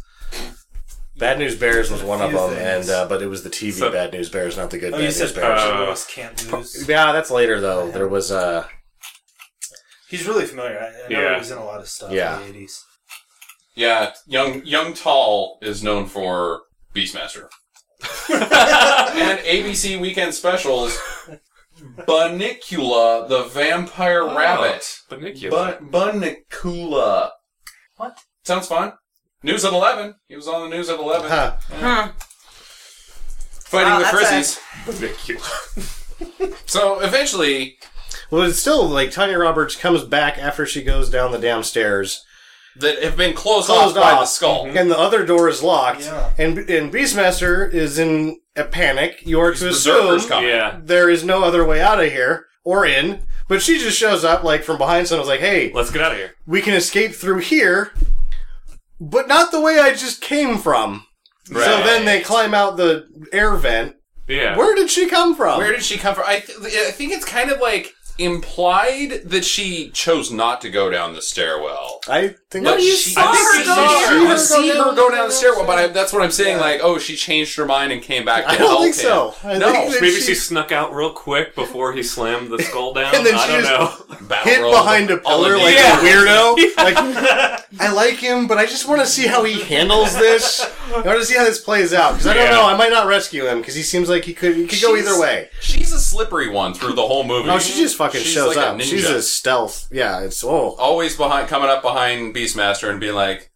Speaker 6: Bad News Bears was one of
Speaker 3: Few
Speaker 6: them,
Speaker 3: things.
Speaker 6: and uh, but it was the TV
Speaker 4: So-
Speaker 6: Bad News Bears, not the good
Speaker 3: Oh,
Speaker 6: Bad
Speaker 3: you
Speaker 6: News
Speaker 3: said
Speaker 6: Bears.
Speaker 4: Uh,
Speaker 3: Patrick Lewis can't lose.
Speaker 6: yeah, that's later though. There was uh,
Speaker 3: He's really familiar. I, I know
Speaker 4: Yeah.
Speaker 3: he was in a lot of stuff
Speaker 6: Yeah.
Speaker 3: in the eighties.
Speaker 1: Yeah, young young tall is known for Beastmaster, and ABC Weekend Specials. Bunicula, the vampire rabbit.
Speaker 4: Beniculus.
Speaker 1: Bun- Bunicula.
Speaker 3: What?
Speaker 1: Sounds fun. News at eleven. He was on the news at eleven,
Speaker 6: huh,
Speaker 5: Huh.
Speaker 1: fighting
Speaker 5: Wow,
Speaker 1: the
Speaker 5: that's
Speaker 1: frizzies. So eventually,
Speaker 6: well, it's still like Tanya Roberts comes back after she goes down the damn stairs,
Speaker 1: that have been closed,
Speaker 6: Closed
Speaker 1: off, by
Speaker 6: off. Mm-hmm.
Speaker 1: the skull.
Speaker 6: and the other door is locked,
Speaker 3: Yeah.
Speaker 6: and and Beastmaster is in a panic. You are to assume
Speaker 1: Berserkers coming.
Speaker 4: Yeah.
Speaker 6: there is no other way out of here or in, but she just shows up like from behind someone's like, hey,
Speaker 4: Let's get out of here.
Speaker 6: we can escape through here, but not the way I just came from. So
Speaker 1: Right.
Speaker 6: then they climb out the air vent.
Speaker 4: Yeah.
Speaker 6: Where did she come from?
Speaker 1: Where did she come from? I, th- I think it's kind of like implied that she chose not to go down the stairwell.
Speaker 6: I think
Speaker 1: But
Speaker 6: that
Speaker 5: you
Speaker 1: she-
Speaker 5: saw
Speaker 1: I
Speaker 5: her
Speaker 1: think
Speaker 5: go
Speaker 1: she-
Speaker 5: down.
Speaker 1: you see her go down the stairwell, but I, that's what I'm saying.
Speaker 3: Yeah.
Speaker 1: Like, oh, she changed her mind and came back. To
Speaker 6: I don't
Speaker 1: help
Speaker 6: think
Speaker 1: him.
Speaker 6: so. I
Speaker 1: no,
Speaker 6: think that
Speaker 4: Maybe she, snuck out real quick before he slammed the skull down.
Speaker 6: And then
Speaker 4: I
Speaker 6: she
Speaker 4: don't
Speaker 6: just-
Speaker 4: know.
Speaker 1: Battle
Speaker 6: hid
Speaker 1: roll,
Speaker 6: behind a
Speaker 1: all of
Speaker 6: pillar
Speaker 1: these-
Speaker 6: like
Speaker 4: Yeah.
Speaker 6: a weirdo. Like I like him, but I just want to see how he handles this. I want to see how this plays out because I don't
Speaker 4: Yeah.
Speaker 6: know. I might not rescue him because he seems like he could. He could go
Speaker 1: She's-
Speaker 6: either way.
Speaker 1: She's a slippery one through the whole movie.
Speaker 6: No, she just fucking
Speaker 1: Mm-hmm. She's
Speaker 6: shows
Speaker 1: like a
Speaker 6: up. She's
Speaker 1: ninja.
Speaker 6: a stealth. Yeah, it's oh.
Speaker 1: always behind, coming up behind Beastmaster and being like,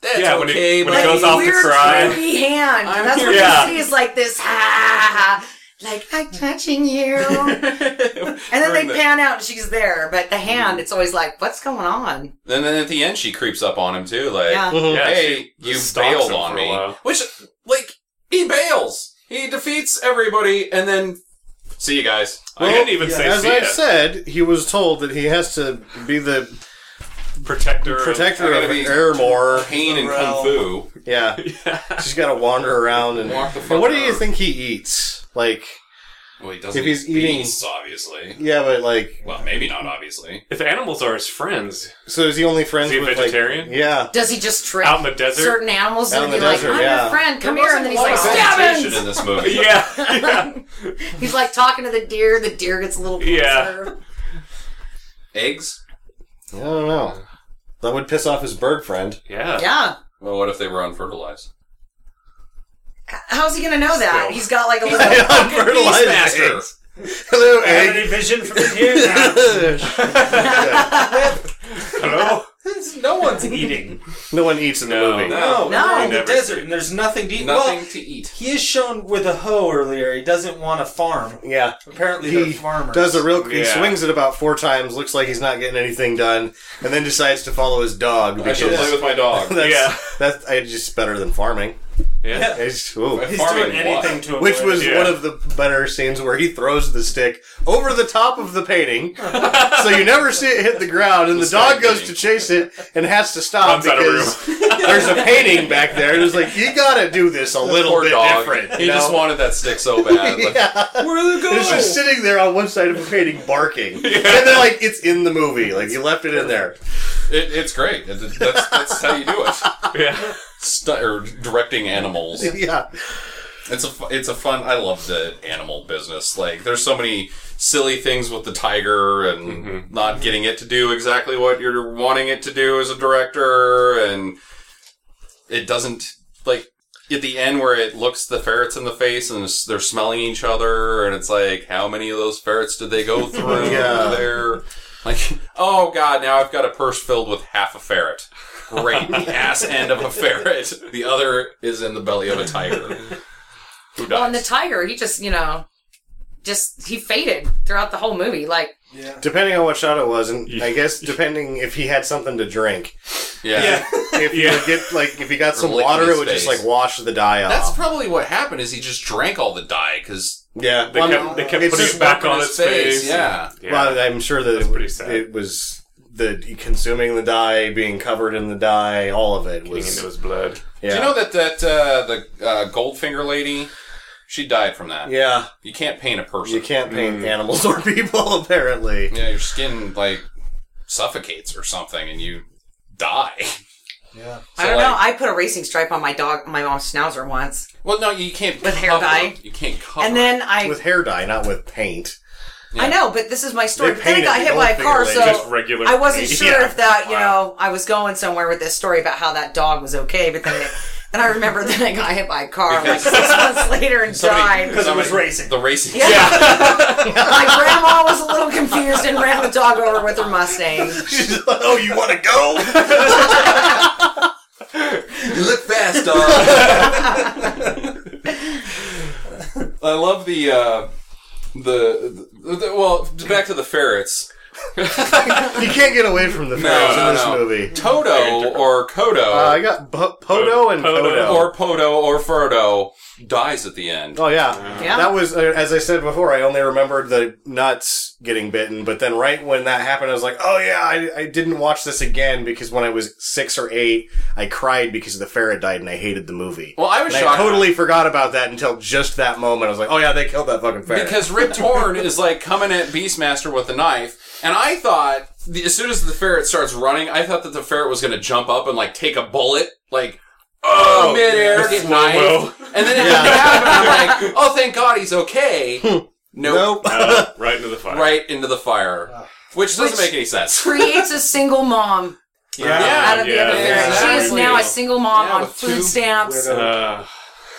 Speaker 1: "That's
Speaker 4: Yeah, when he-
Speaker 1: okay."
Speaker 4: when
Speaker 1: but
Speaker 4: he goes off to
Speaker 5: Weird
Speaker 4: cry.
Speaker 5: creepy hand.
Speaker 1: I'm
Speaker 5: that's
Speaker 1: here-
Speaker 5: what
Speaker 4: Yeah.
Speaker 5: you see is like this. Ha ha ha. Like I'm touching you, and then they
Speaker 1: During the-
Speaker 5: pan out and she's there, but the hand. It's always like, what's going on?
Speaker 1: And then at the end, she creeps up on him too, like,
Speaker 5: Yeah.
Speaker 6: Oh,
Speaker 4: Yeah,
Speaker 1: "Hey,
Speaker 4: she
Speaker 1: you
Speaker 4: just stalks
Speaker 1: bailed
Speaker 4: him
Speaker 1: on
Speaker 4: for a
Speaker 1: me,"
Speaker 4: while.
Speaker 1: which, like, he bails. He defeats everybody, and then see you guys.
Speaker 4: I didn't even
Speaker 3: yeah,
Speaker 4: say
Speaker 6: As
Speaker 4: see
Speaker 6: I
Speaker 4: it.
Speaker 6: said, he was told that he has to be the
Speaker 4: Protector. of-
Speaker 6: protector
Speaker 1: I
Speaker 6: of
Speaker 1: gotta be-
Speaker 6: Airmore.
Speaker 1: Pain and kung
Speaker 3: Morale.
Speaker 1: fu.
Speaker 6: Yeah, she's got to wander around and.
Speaker 1: Walk the
Speaker 6: and what do
Speaker 1: fuck
Speaker 6: you
Speaker 1: around.
Speaker 6: think he eats? Like
Speaker 1: Well, he doesn't.
Speaker 6: If he's
Speaker 1: eat
Speaker 6: eating-
Speaker 1: beasts, obviously.
Speaker 6: Yeah, but like,
Speaker 1: Well, maybe not obviously.
Speaker 4: If animals are his friends,
Speaker 6: so is he only friends
Speaker 4: Is he a
Speaker 6: with
Speaker 4: vegetarian?
Speaker 6: like? Yeah,
Speaker 5: Does he just trick
Speaker 4: Out in the desert?
Speaker 5: certain animals
Speaker 6: Out
Speaker 5: and
Speaker 6: in
Speaker 5: be
Speaker 6: the
Speaker 5: like,
Speaker 6: desert,
Speaker 5: "I'm
Speaker 6: yeah.
Speaker 5: your friend, come
Speaker 1: There
Speaker 5: here," and then
Speaker 1: wasn't a
Speaker 5: he's
Speaker 1: lot
Speaker 5: like,
Speaker 1: of
Speaker 5: "Stab
Speaker 1: vegetation in
Speaker 5: him!"
Speaker 1: this movie.
Speaker 4: yeah, yeah.
Speaker 5: He's like talking to the deer. The deer gets a little closer.
Speaker 4: Yeah.
Speaker 1: Eggs.
Speaker 6: I don't know. That would piss off his bird friend.
Speaker 4: yeah.
Speaker 5: Yeah.
Speaker 1: Well, what if they were unfertilized?
Speaker 5: How's he gonna know that?
Speaker 4: Still.
Speaker 5: He's got like a little.
Speaker 6: Fertilized
Speaker 1: Beastmaster.
Speaker 6: eggs. Hello,
Speaker 3: Have
Speaker 6: egg.
Speaker 3: any vision from in here now?
Speaker 4: Hello?
Speaker 3: no one's eating.
Speaker 6: no one eats in the
Speaker 4: No.
Speaker 6: movie.
Speaker 3: No,
Speaker 5: No.
Speaker 3: they're in the
Speaker 4: Never.
Speaker 3: desert, and there's nothing to eat.
Speaker 1: Nothing
Speaker 3: Well,
Speaker 1: to eat.
Speaker 3: he is shown with a hoe earlier. He doesn't want a farm.
Speaker 6: Yeah,
Speaker 3: Apparently,
Speaker 6: he
Speaker 3: they're farmers.
Speaker 6: does a real. He
Speaker 4: Yeah.
Speaker 6: swings it about four times. Looks like he's not getting anything done, and then decides to follow his dog
Speaker 1: I
Speaker 6: because
Speaker 1: should play with my dog.
Speaker 6: that's
Speaker 4: Yeah.
Speaker 6: that's I just better than farming.
Speaker 4: Yeah.
Speaker 6: It's- ooh.
Speaker 1: Right.
Speaker 3: He's
Speaker 1: Farming
Speaker 3: doing anything
Speaker 1: what?
Speaker 3: to avoid
Speaker 6: Which was
Speaker 3: it.
Speaker 4: Yeah.
Speaker 6: one of the better scenes where he throws the stick over the top of the painting, so you never see it hit the ground, and the,
Speaker 1: sky
Speaker 6: dog goes
Speaker 1: painting.
Speaker 6: to chase it and has to stop
Speaker 4: Runs out of
Speaker 6: because there's a painting back there, and it's like you gotta do this a little
Speaker 1: Poor
Speaker 6: bit
Speaker 1: dog.
Speaker 6: different.
Speaker 1: He
Speaker 6: you
Speaker 1: just
Speaker 6: know?
Speaker 1: wanted that stick so bad. Like,
Speaker 3: Where'd it go?
Speaker 6: It's just sitting there on one side of a painting barking, and then like it's in the movie, like you left it in there.
Speaker 1: it, it's great. It- it- that's, that's how you do it.
Speaker 4: Yeah.
Speaker 1: Stu- or directing animals.
Speaker 6: Yeah,
Speaker 1: It's a fu- it's a fun. I love the animal business. Like there's so many silly things with the tiger and not getting it to do exactly what you're wanting it to do as a director, and it doesn't like at the end where it looks the ferrets in the face and s- they're smelling each other, and it's like how many of those ferrets did they go through?
Speaker 6: Yeah.
Speaker 1: They're like, oh god, now I've got a purse filled with half a ferret. Great, the ass end of a ferret. The other is in the belly of a tiger. Who
Speaker 5: well, and the
Speaker 1: dies?
Speaker 5: tiger, he just you know, just he faded throughout the whole movie. Like
Speaker 3: yeah.
Speaker 6: depending on what shot it was, and I guess depending if he had something to drink,
Speaker 1: yeah. Um,
Speaker 3: Yeah.
Speaker 6: if he
Speaker 4: Yeah.
Speaker 6: would get like if he got some
Speaker 1: licking
Speaker 6: water,
Speaker 1: his
Speaker 6: it would just
Speaker 1: face.
Speaker 6: like wash the dye off.
Speaker 1: That's probably what happened. Is he just drank all the dye? Because
Speaker 6: yeah,
Speaker 4: They
Speaker 1: Well,
Speaker 4: kept,
Speaker 1: no,
Speaker 4: they kept
Speaker 6: it's
Speaker 4: putting
Speaker 6: just
Speaker 4: it back
Speaker 1: working
Speaker 4: on
Speaker 1: his
Speaker 4: its
Speaker 1: face,
Speaker 4: face.
Speaker 1: yeah.
Speaker 4: and- yeah.
Speaker 6: Well, I'm sure that
Speaker 4: That's
Speaker 6: it,
Speaker 4: pretty
Speaker 6: was-
Speaker 4: sad.
Speaker 6: it was the consuming the dye, being covered in the dye, all of it
Speaker 4: Getting into
Speaker 6: was.
Speaker 4: his blood.
Speaker 6: Yeah.
Speaker 1: do you know that that uh, the uh, Goldfinger lady, she died from that.
Speaker 6: yeah,
Speaker 1: You can't paint a person.
Speaker 6: you can't paint
Speaker 4: Mm.
Speaker 6: animals or people apparently.
Speaker 1: Yeah, your skin like suffocates or something, and you die.
Speaker 3: Yeah.
Speaker 5: I don't
Speaker 1: like-
Speaker 5: know. I put a racing stripe on my dog, my mom's schnauzer once,
Speaker 1: Well, no, you can't
Speaker 5: With hair
Speaker 1: cover-
Speaker 5: dye?
Speaker 1: You can't cover.
Speaker 5: and then I,
Speaker 6: With hair dye, not with paint.
Speaker 5: I know, but this is my story.
Speaker 6: They
Speaker 5: But Then I
Speaker 6: painted
Speaker 5: got
Speaker 6: the
Speaker 5: hit by a
Speaker 6: whole
Speaker 5: car,
Speaker 6: thing,
Speaker 5: so
Speaker 4: just regular
Speaker 5: I wasn't
Speaker 4: paint.
Speaker 5: sure
Speaker 4: Yeah.
Speaker 5: if that, you
Speaker 4: Wow.
Speaker 5: know, I was going somewhere with this story about how that dog was okay, but then. It, and I remember then I got hit by a car like six months later and died.
Speaker 3: Because it was
Speaker 1: somebody-
Speaker 3: racing.
Speaker 1: The racing.
Speaker 5: Yeah. My grandma was a little confused and ran the dog over with her Mustang.
Speaker 6: She's like, oh, you want to go?
Speaker 1: Look fast, dog. I love the, uh, the, the, the- well, back to the ferrets.
Speaker 6: you can't get away from the ferrets
Speaker 1: no,
Speaker 6: in this
Speaker 1: no.
Speaker 6: movie.
Speaker 1: Toto or
Speaker 6: Uh, I
Speaker 1: Kodo
Speaker 6: got P- Podo and
Speaker 4: Podo.
Speaker 6: Podo.
Speaker 1: or Podo or Frodo dies at the end.
Speaker 6: Oh yeah,
Speaker 5: Yeah.
Speaker 6: That was uh, as I said before. I only remembered the nuts getting bitten, but then right when that happened, I was like, "Oh yeah, I, I didn't watch this again because when I was six or eight, I cried because the ferret died and I hated the movie."
Speaker 1: Well, I was
Speaker 6: And I
Speaker 1: shocked.
Speaker 6: totally forgot about that until just that moment. I was like, "Oh yeah, they killed that fucking ferret."
Speaker 1: Because Rip Torn is like coming at Beastmaster with a knife, and I thought the, as soon as the ferret starts running, I thought that the ferret was going to jump up and like take a bullet, like oh, midair, get
Speaker 4: slow-mo.
Speaker 1: knifed, and then it happened. I'm like, oh, thank God he's okay. nope.
Speaker 6: nope.
Speaker 4: Uh, right into the fire.
Speaker 1: right into the fire, which doesn't
Speaker 5: Which-
Speaker 1: make any sense.
Speaker 5: Creates a single mom
Speaker 1: Yeah.
Speaker 5: out of the
Speaker 4: Yeah,
Speaker 5: other parent. She is
Speaker 1: exactly.
Speaker 5: now a single mom
Speaker 1: Yeah,
Speaker 5: on
Speaker 1: with
Speaker 5: food
Speaker 1: two
Speaker 5: stamps.
Speaker 3: widows.
Speaker 4: Uh,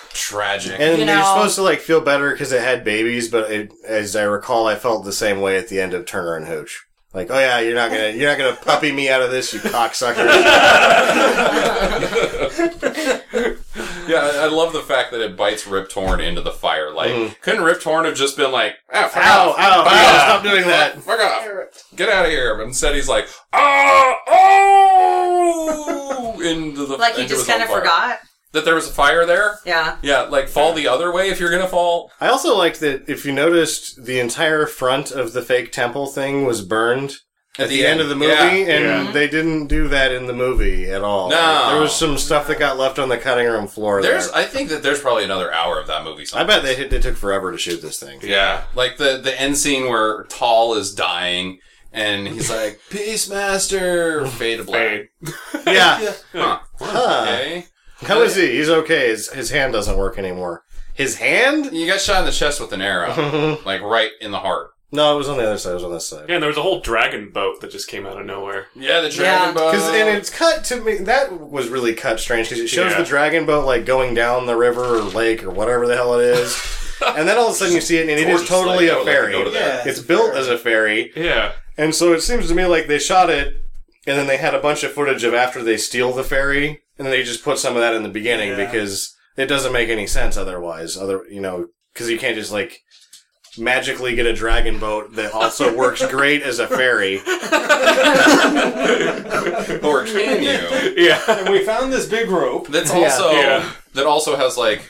Speaker 1: Tragic.
Speaker 6: And
Speaker 5: You
Speaker 6: you're
Speaker 5: know.
Speaker 6: supposed to like feel better because it had babies, but it, as I recall, I felt the same way at the end of Turner and Hooch. Like, oh yeah, you're not gonna you're not gonna puppy me out of this, you cocksucker.
Speaker 1: Yeah, I, I love the fact that it bites Rip Torn into the fire. Like,
Speaker 6: Mm-hmm.
Speaker 1: couldn't Rip Torn have just been like, ah, fuck
Speaker 6: ow, ow,
Speaker 1: off,
Speaker 6: ow,
Speaker 1: Yeah.
Speaker 6: Oh, stop doing that.
Speaker 1: fuck off, get out of here? But instead, he's like, ah, oh, into the
Speaker 5: Like he
Speaker 1: into
Speaker 5: just
Speaker 1: his own
Speaker 5: kind of
Speaker 1: fire.
Speaker 5: forgot.
Speaker 1: that there was a fire there.
Speaker 5: Yeah.
Speaker 1: Yeah, like fall the other way if you're gonna fall.
Speaker 6: I also liked that if you noticed, the entire front of the fake temple thing was burned. at the end of the movie,
Speaker 1: Yeah.
Speaker 6: and
Speaker 4: Yeah.
Speaker 6: they didn't do that in the movie at all.
Speaker 1: No.
Speaker 6: Like, there was some stuff that got left on the cutting room floor.
Speaker 1: There's,
Speaker 6: there.
Speaker 1: I think that there's probably another hour of that movie.
Speaker 6: I
Speaker 1: Somewhere.
Speaker 6: bet they it took forever to shoot this thing.
Speaker 1: Yeah, like the the end scene where Tall is dying and he's like, "Peace, Master." Fade to black.
Speaker 4: Hey,
Speaker 6: Yeah,
Speaker 1: Huh.
Speaker 6: Huh.
Speaker 1: Okay.
Speaker 6: how is he? He's okay. His his hand doesn't work anymore. His hand?
Speaker 1: You got shot in the chest with an arrow, like right in the heart.
Speaker 6: No, it was on the other side. It was on this side.
Speaker 4: yeah, and there was a whole dragon boat that just came out of nowhere.
Speaker 1: Yeah, the
Speaker 5: Yeah.
Speaker 1: dragon bow.
Speaker 6: Because and it's cut to me. That was really cut strange because it shows
Speaker 4: Yeah.
Speaker 6: the dragon boat like going down the river or lake or whatever the hell it is, and then all of a sudden you see it and it is
Speaker 1: Gorgeous
Speaker 6: totally
Speaker 1: lake. I
Speaker 6: a
Speaker 1: would like to
Speaker 6: ferry.
Speaker 1: go to that.
Speaker 3: Yeah.
Speaker 6: it's built as a ferry,
Speaker 4: Yeah,
Speaker 6: and so it seems to me like they shot it, and then they had a bunch of footage of after they steal the ferry, and then they just put some of that in the beginning
Speaker 3: Yeah.
Speaker 6: because it doesn't make any sense otherwise. Other, you know, because you can't just like magically get a dragon boat that also works great as a ferry.
Speaker 1: or can you?
Speaker 4: yeah,
Speaker 3: And we found this big rope.
Speaker 1: That's also
Speaker 4: Yeah.
Speaker 1: that also has like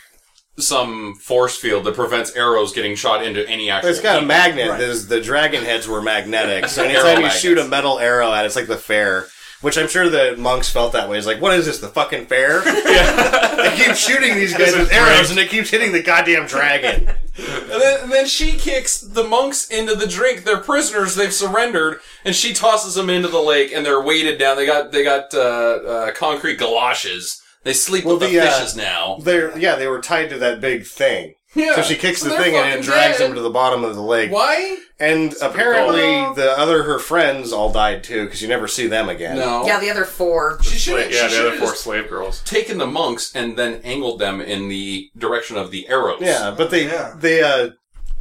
Speaker 1: some force field that prevents arrows getting shot into any actual.
Speaker 6: It's got a
Speaker 1: people.
Speaker 6: magnet.
Speaker 3: Right.
Speaker 6: There's- the dragon heads were magnetic. So
Speaker 1: Arrow
Speaker 6: anytime you
Speaker 1: magnets.
Speaker 6: shoot a metal arrow at, it, it's like the fair. Which I'm sure the monks felt that way. It's like, what is this, the fucking fair? they keep shooting these guys with arrows, and it keeps hitting the goddamn dragon.
Speaker 1: And then, and then she kicks the monks into the drink. They're prisoners. They've surrendered, and she tosses them into the lake, and they're weighted down. They got they got uh, uh, concrete galoshes. They sleep
Speaker 6: Well,
Speaker 1: with the,
Speaker 6: the, uh,
Speaker 1: fishes now.
Speaker 6: They're yeah, they were tied to that big thing.
Speaker 1: Yeah.
Speaker 6: So she kicks
Speaker 1: So
Speaker 6: the
Speaker 1: they're
Speaker 6: thing and
Speaker 1: fucking
Speaker 6: it drags
Speaker 1: dead.
Speaker 6: them to the bottom of the lake.
Speaker 1: Why?
Speaker 6: And apparently the other her friends all died too, because you never see them again.
Speaker 1: No.
Speaker 5: Yeah, the other four.
Speaker 1: She should.
Speaker 4: Wait,
Speaker 1: have
Speaker 4: yeah,
Speaker 1: she
Speaker 4: the other
Speaker 1: should've
Speaker 4: four
Speaker 1: just
Speaker 4: slave girls.
Speaker 1: Taken the monks and then angled them in the direction of the arrows.
Speaker 6: Yeah, but they
Speaker 3: Yeah.
Speaker 6: they uh,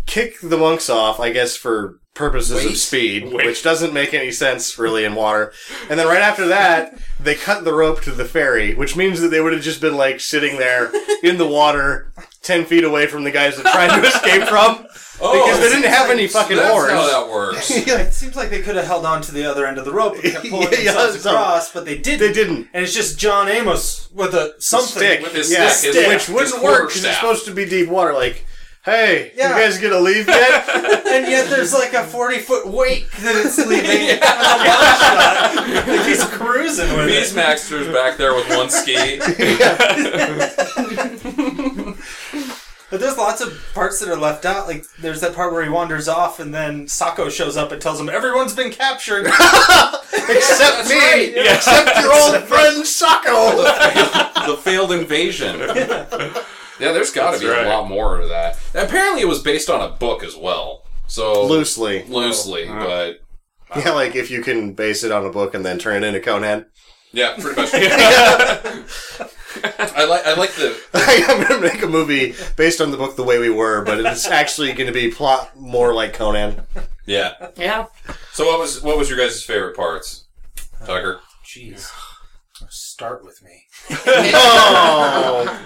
Speaker 6: kick the monks off, I guess, for purposes
Speaker 1: Wait.
Speaker 6: of speed,
Speaker 4: Wait.
Speaker 6: which doesn't make any sense really in water. And then right after that, they cut the rope to the ferry, which means that they would have just been like sitting there in the water, ten feet away from the guys that tried to escape from,
Speaker 1: Oh,
Speaker 6: because they
Speaker 1: so
Speaker 6: didn't have any fucking
Speaker 1: that's
Speaker 6: oars.
Speaker 1: how that works.
Speaker 3: It seems like they could have held on to the other end of the rope and kept pulling
Speaker 6: Yeah,
Speaker 3: themselves
Speaker 6: so-
Speaker 3: across, but they didn't.
Speaker 6: They didn't.
Speaker 3: And it's just John Amos with a something.
Speaker 6: stick,
Speaker 1: with his
Speaker 6: yeah,
Speaker 1: stick,
Speaker 3: his-
Speaker 6: which
Speaker 1: his
Speaker 6: wouldn't work because it's
Speaker 1: quarterstaff.
Speaker 6: supposed to be deep water. Like, hey,
Speaker 3: Yeah.
Speaker 6: you guys gonna leave yet?
Speaker 3: And yet there's like a 40 foot wake that it's leaving. like he's cruising with it.
Speaker 1: Beastmaster's back there with one ski.
Speaker 3: But there's lots of parts that are left out. Like there's that part where he wanders off, and then Sako shows up and tells him everyone's been captured.
Speaker 6: Except me, except your old friend Socko.
Speaker 1: the failed invasion. yeah, there's got to
Speaker 4: That's
Speaker 1: be
Speaker 4: right.
Speaker 1: a lot more to that. Apparently, it was based on a book as well. So
Speaker 6: Loosely, Oh.
Speaker 1: loosely, but
Speaker 6: Yeah, like if you can base it on a book and then turn it into Conan.
Speaker 1: yeah, pretty much. I like I like the
Speaker 6: I'm gonna make a movie based on the book The Way We Were, but it's actually gonna be plot more like Conan.
Speaker 1: yeah.
Speaker 5: Yeah.
Speaker 1: So what was what was your guys' favorite parts, Tucker?
Speaker 3: Jeez, start with me.
Speaker 6: Oh,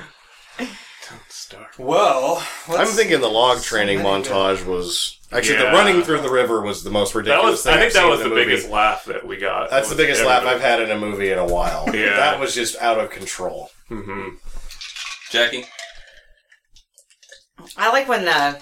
Speaker 3: Well,
Speaker 6: I'm
Speaker 3: let's-
Speaker 6: thinking the log training
Speaker 3: So many good-
Speaker 6: montage was actually
Speaker 4: Yeah.
Speaker 6: the running through the river was the most
Speaker 4: That
Speaker 6: ridiculous.
Speaker 4: was,
Speaker 6: thing
Speaker 4: I think
Speaker 6: I've
Speaker 4: that
Speaker 6: seen
Speaker 4: was
Speaker 6: in
Speaker 4: the,
Speaker 6: movie.
Speaker 4: biggest laugh that we got.
Speaker 6: That's the biggest laugh I've had in a movie in a while.
Speaker 4: Yeah.
Speaker 6: That was just out of control.
Speaker 4: hmm
Speaker 1: Jackie,
Speaker 5: I like when the.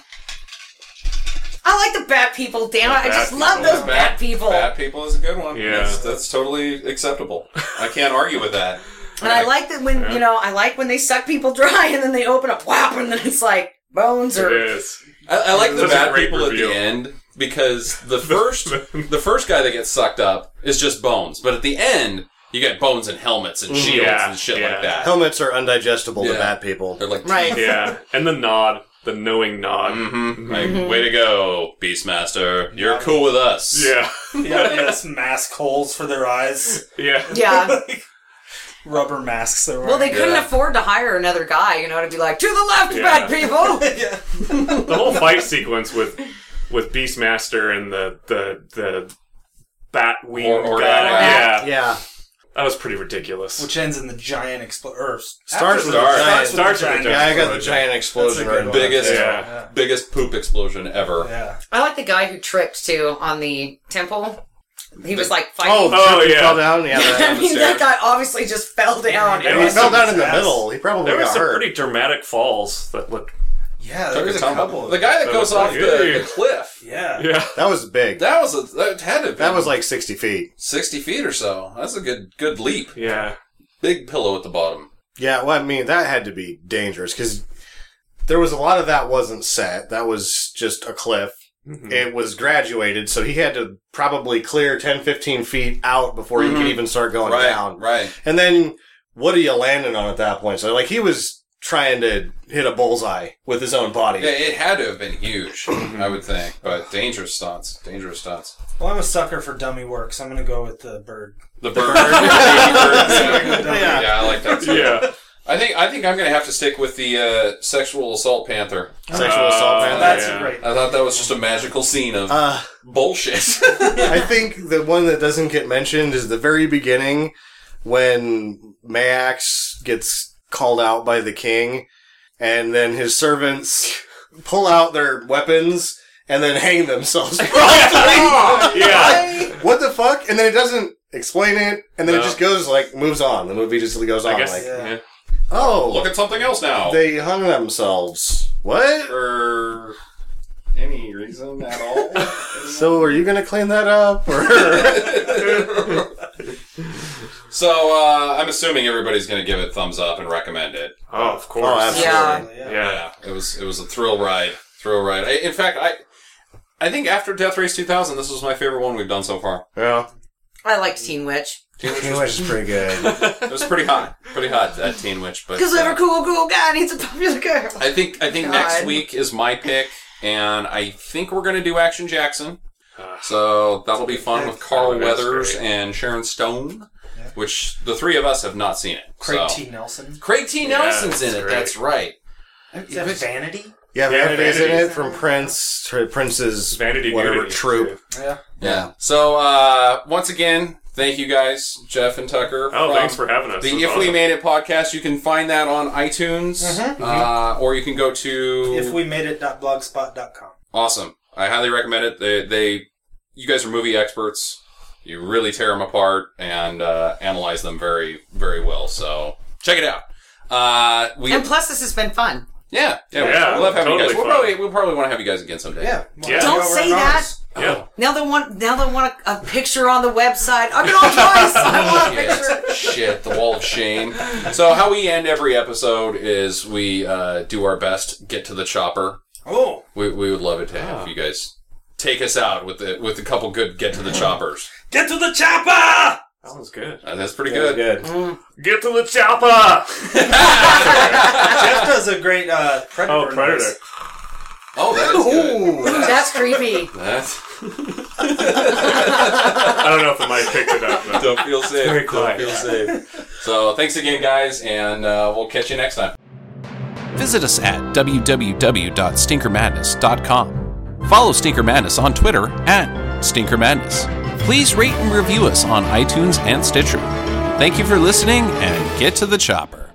Speaker 5: I like the bat people, damn it. I
Speaker 4: The
Speaker 5: just
Speaker 4: bat
Speaker 5: love
Speaker 4: people.
Speaker 5: those bat people.
Speaker 1: Bad people is a good one.
Speaker 4: Yeah.
Speaker 1: that's, that's totally acceptable. I can't argue with that.
Speaker 5: And I like that when, you know, I like when they suck people dry and then they open up, whap, and then it's like bones
Speaker 4: It
Speaker 5: or.
Speaker 4: is.
Speaker 1: I, I like the
Speaker 4: That's a
Speaker 1: bad
Speaker 4: great
Speaker 1: people
Speaker 4: reveal.
Speaker 1: at the end because the first the first guy that gets sucked up is just bones, but at the end you get bones and helmets and shields
Speaker 4: Mm, Yeah,
Speaker 1: and shit
Speaker 4: yeah.
Speaker 1: like that.
Speaker 6: Helmets are undigestible
Speaker 1: Yeah.
Speaker 6: to bad people.
Speaker 1: They're like,
Speaker 5: Right.
Speaker 4: Yeah, and the nod, the knowing nod.
Speaker 1: "Mhm,
Speaker 4: Mm-hmm.
Speaker 1: like, way to go, Beastmaster. You're cool with us.
Speaker 4: Yeah,
Speaker 3: yeah, they have mask holes for their eyes,
Speaker 4: yeah.
Speaker 5: Yeah.
Speaker 3: like rubber masks. They're
Speaker 5: Well, they
Speaker 3: wearing.
Speaker 5: couldn't
Speaker 1: Yeah.
Speaker 5: afford to hire another guy, you know, to be like, to the left,
Speaker 4: Yeah.
Speaker 5: bad people.
Speaker 3: yeah.
Speaker 4: The whole fight sequence with with Beastmaster and the the the bat wing
Speaker 1: Or- or
Speaker 4: guy.
Speaker 1: bat.
Speaker 4: Yeah.
Speaker 6: Yeah.
Speaker 4: that was pretty ridiculous.
Speaker 3: which ends in the giant explosion.
Speaker 6: Starts with a giant-
Speaker 4: starts with a
Speaker 6: Yeah, I got the
Speaker 4: Explosion.
Speaker 6: giant explosion
Speaker 3: That's a good
Speaker 6: right
Speaker 3: one.
Speaker 6: above my
Speaker 1: Biggest-
Speaker 6: face.
Speaker 4: yeah,
Speaker 3: Yeah.
Speaker 1: Biggest poop explosion ever.
Speaker 3: Yeah.
Speaker 5: I like the guy who tripped too on the temple. He was like fighting.
Speaker 6: Oh,
Speaker 4: Oh,
Speaker 6: oh
Speaker 4: yeah.
Speaker 6: fell down. Yeah, that-
Speaker 5: I mean, that guy obviously just fell down.
Speaker 6: And
Speaker 5: It
Speaker 6: he
Speaker 5: was
Speaker 6: fell down in the
Speaker 3: ass.
Speaker 6: middle. He probably
Speaker 4: there were
Speaker 6: got
Speaker 4: some
Speaker 6: hurt.
Speaker 4: pretty dramatic falls that looked
Speaker 3: Yeah,
Speaker 1: Took
Speaker 3: there was
Speaker 1: a
Speaker 3: a
Speaker 1: tumble.
Speaker 3: couple. Of
Speaker 1: the guy that
Speaker 4: That
Speaker 1: goes
Speaker 4: looked
Speaker 1: off
Speaker 4: like
Speaker 1: the,
Speaker 4: you.
Speaker 1: the cliff.
Speaker 3: Yeah.
Speaker 4: Yeah.
Speaker 6: That was big.
Speaker 1: That was a that had to have
Speaker 6: That
Speaker 1: been
Speaker 6: was like 60 feet.
Speaker 1: sixty feet or so. That's a good good leap.
Speaker 4: Yeah.
Speaker 1: Big pillow at the bottom.
Speaker 6: Yeah, well, I mean, that had to be dangerous because there was a lot of that wasn't set. That was just a cliff.
Speaker 4: Mhm.
Speaker 6: It was graduated, so he had to probably clear 10, 15 feet out before he could even start going
Speaker 1: right,
Speaker 6: down.
Speaker 1: right.
Speaker 6: And then what are you landing on at that point? So, like, he was trying to hit a bullseye with his own body.
Speaker 1: Yeah, it had to have been huge,
Speaker 6: Mm-hmm.
Speaker 1: I would think. But dangerous stunts, dangerous stunts.
Speaker 3: Well, I'm a sucker for dummy work, so I'm gonna go with the bird.
Speaker 1: The bird, yeah.
Speaker 6: Yeah.
Speaker 1: Yeah, I like that. Too.
Speaker 4: Yeah.
Speaker 1: I think I think I'm gonna have to stick with the uh, sexual assault panther.
Speaker 6: Sexual
Speaker 4: Uh,
Speaker 6: assault. man.
Speaker 3: That's
Speaker 4: yeah.
Speaker 3: great.
Speaker 1: I thought that was just a magical scene of
Speaker 6: Uh,
Speaker 1: bullshit.
Speaker 6: I think the one that doesn't get mentioned is the very beginning when Max gets called out by the king, and then his servants pull out their weapons and then hang themselves.
Speaker 4: Yeah.
Speaker 6: what the fuck? And then it doesn't explain it, and then it
Speaker 4: No.
Speaker 6: just goes like moves on. The movie just goes on
Speaker 4: I guess.
Speaker 6: like,
Speaker 4: Yeah.
Speaker 1: Look
Speaker 6: oh,
Speaker 1: at something else now.
Speaker 6: they hung themselves. What?
Speaker 1: For any reason at all.
Speaker 6: So are you gonna clean that up? Or
Speaker 1: so uh, I'm assuming everybody's gonna give it thumbs up and recommend it.
Speaker 4: Oh, of course.
Speaker 6: Oh, absolutely.
Speaker 5: Yeah.
Speaker 3: Yeah.
Speaker 4: Yeah.
Speaker 1: Yeah, it was it was a thrill ride, thrill ride. I, in fact, I I think after Death Race 2000, this was my favorite one we've done so far.
Speaker 6: yeah,
Speaker 5: I liked Teen Witch
Speaker 6: Teen Witch is pretty good.
Speaker 1: It was pretty hot, pretty hot that Teen Witch. But
Speaker 5: because
Speaker 1: uh,
Speaker 5: every cool cool guy needs a popular girl.
Speaker 1: I think I think
Speaker 5: God.
Speaker 1: next week is my pick, and I think we're gonna do Action Jackson.
Speaker 4: Ah.
Speaker 1: So that'll be fun with Carl
Speaker 4: That is
Speaker 1: Weathers
Speaker 4: great.
Speaker 1: and Sharon Stone,
Speaker 3: Yeah.
Speaker 1: which the three of us have not seen it.
Speaker 3: Craig
Speaker 1: so.
Speaker 3: T. Nelson.
Speaker 1: Craig T.
Speaker 4: Yeah,
Speaker 1: Nelson's in
Speaker 4: that's
Speaker 1: it.
Speaker 4: great.
Speaker 1: That's right.
Speaker 3: Is that Vanity?
Speaker 6: Yeah,
Speaker 4: Yeah,
Speaker 6: Vanity's in
Speaker 4: Vanity.
Speaker 6: it from Prince to Prince's
Speaker 4: Vanity
Speaker 6: whatever
Speaker 4: nudity.
Speaker 6: troop.
Speaker 3: Yeah.
Speaker 1: Yeah. So uh, once again, thank you guys, Jeff and Tucker.
Speaker 4: Oh,
Speaker 1: from
Speaker 4: thanks for having us.
Speaker 1: the
Speaker 4: This is
Speaker 1: If We
Speaker 4: awesome.
Speaker 1: Made It podcast. You can find that on iTunes, uh, or you can go to
Speaker 3: Mm-hmm. If we made it. Blogspot.com.
Speaker 1: Awesome. I highly recommend it. They, they, you guys are movie experts. You really tear them apart and uh, analyze them very, very well. So check it out. Uh, we,
Speaker 5: And plus, this has been fun.
Speaker 1: yeah, yeah,
Speaker 4: Yeah,
Speaker 1: we love having you guys.
Speaker 4: totally
Speaker 1: We'll
Speaker 4: fun.
Speaker 1: probably, we'll probably want to have you guys again someday.
Speaker 3: Yeah.
Speaker 4: Yeah.
Speaker 5: Don't
Speaker 3: Over
Speaker 5: say
Speaker 3: and
Speaker 5: that.
Speaker 3: ours.
Speaker 4: Yeah.
Speaker 5: Now they want now they want a, a picture on the website. I've been on twice. I want a picture.
Speaker 1: Shit. Shit, the wall of shame. So how we end every episode is we uh, do our best, get to the chopper.
Speaker 3: Oh,
Speaker 1: We, we would love it to have you guys take us out with the, with a couple good get to the choppers.
Speaker 3: get to the chopper!
Speaker 4: That was good.
Speaker 1: Uh, that's pretty
Speaker 6: Good.
Speaker 1: good.
Speaker 4: Get to the chopper.
Speaker 3: Jeff does a great uh, predator.
Speaker 4: Oh, predator.
Speaker 3: noise.
Speaker 1: Oh, that is good.
Speaker 5: Ooh, that's creepy.
Speaker 1: That's
Speaker 4: I don't know if the mic picked it up. But.
Speaker 1: don't feel safe.
Speaker 4: very quiet.
Speaker 1: Don't feel safe. So thanks again, guys, and uh, we'll catch you next time.
Speaker 2: Visit us at www.stinkermadness.com. Follow Stinker Madness on Twitter at Stinker Madness. Please rate and review us on iTunes and Stitcher. Thank you for listening and get to the chopper.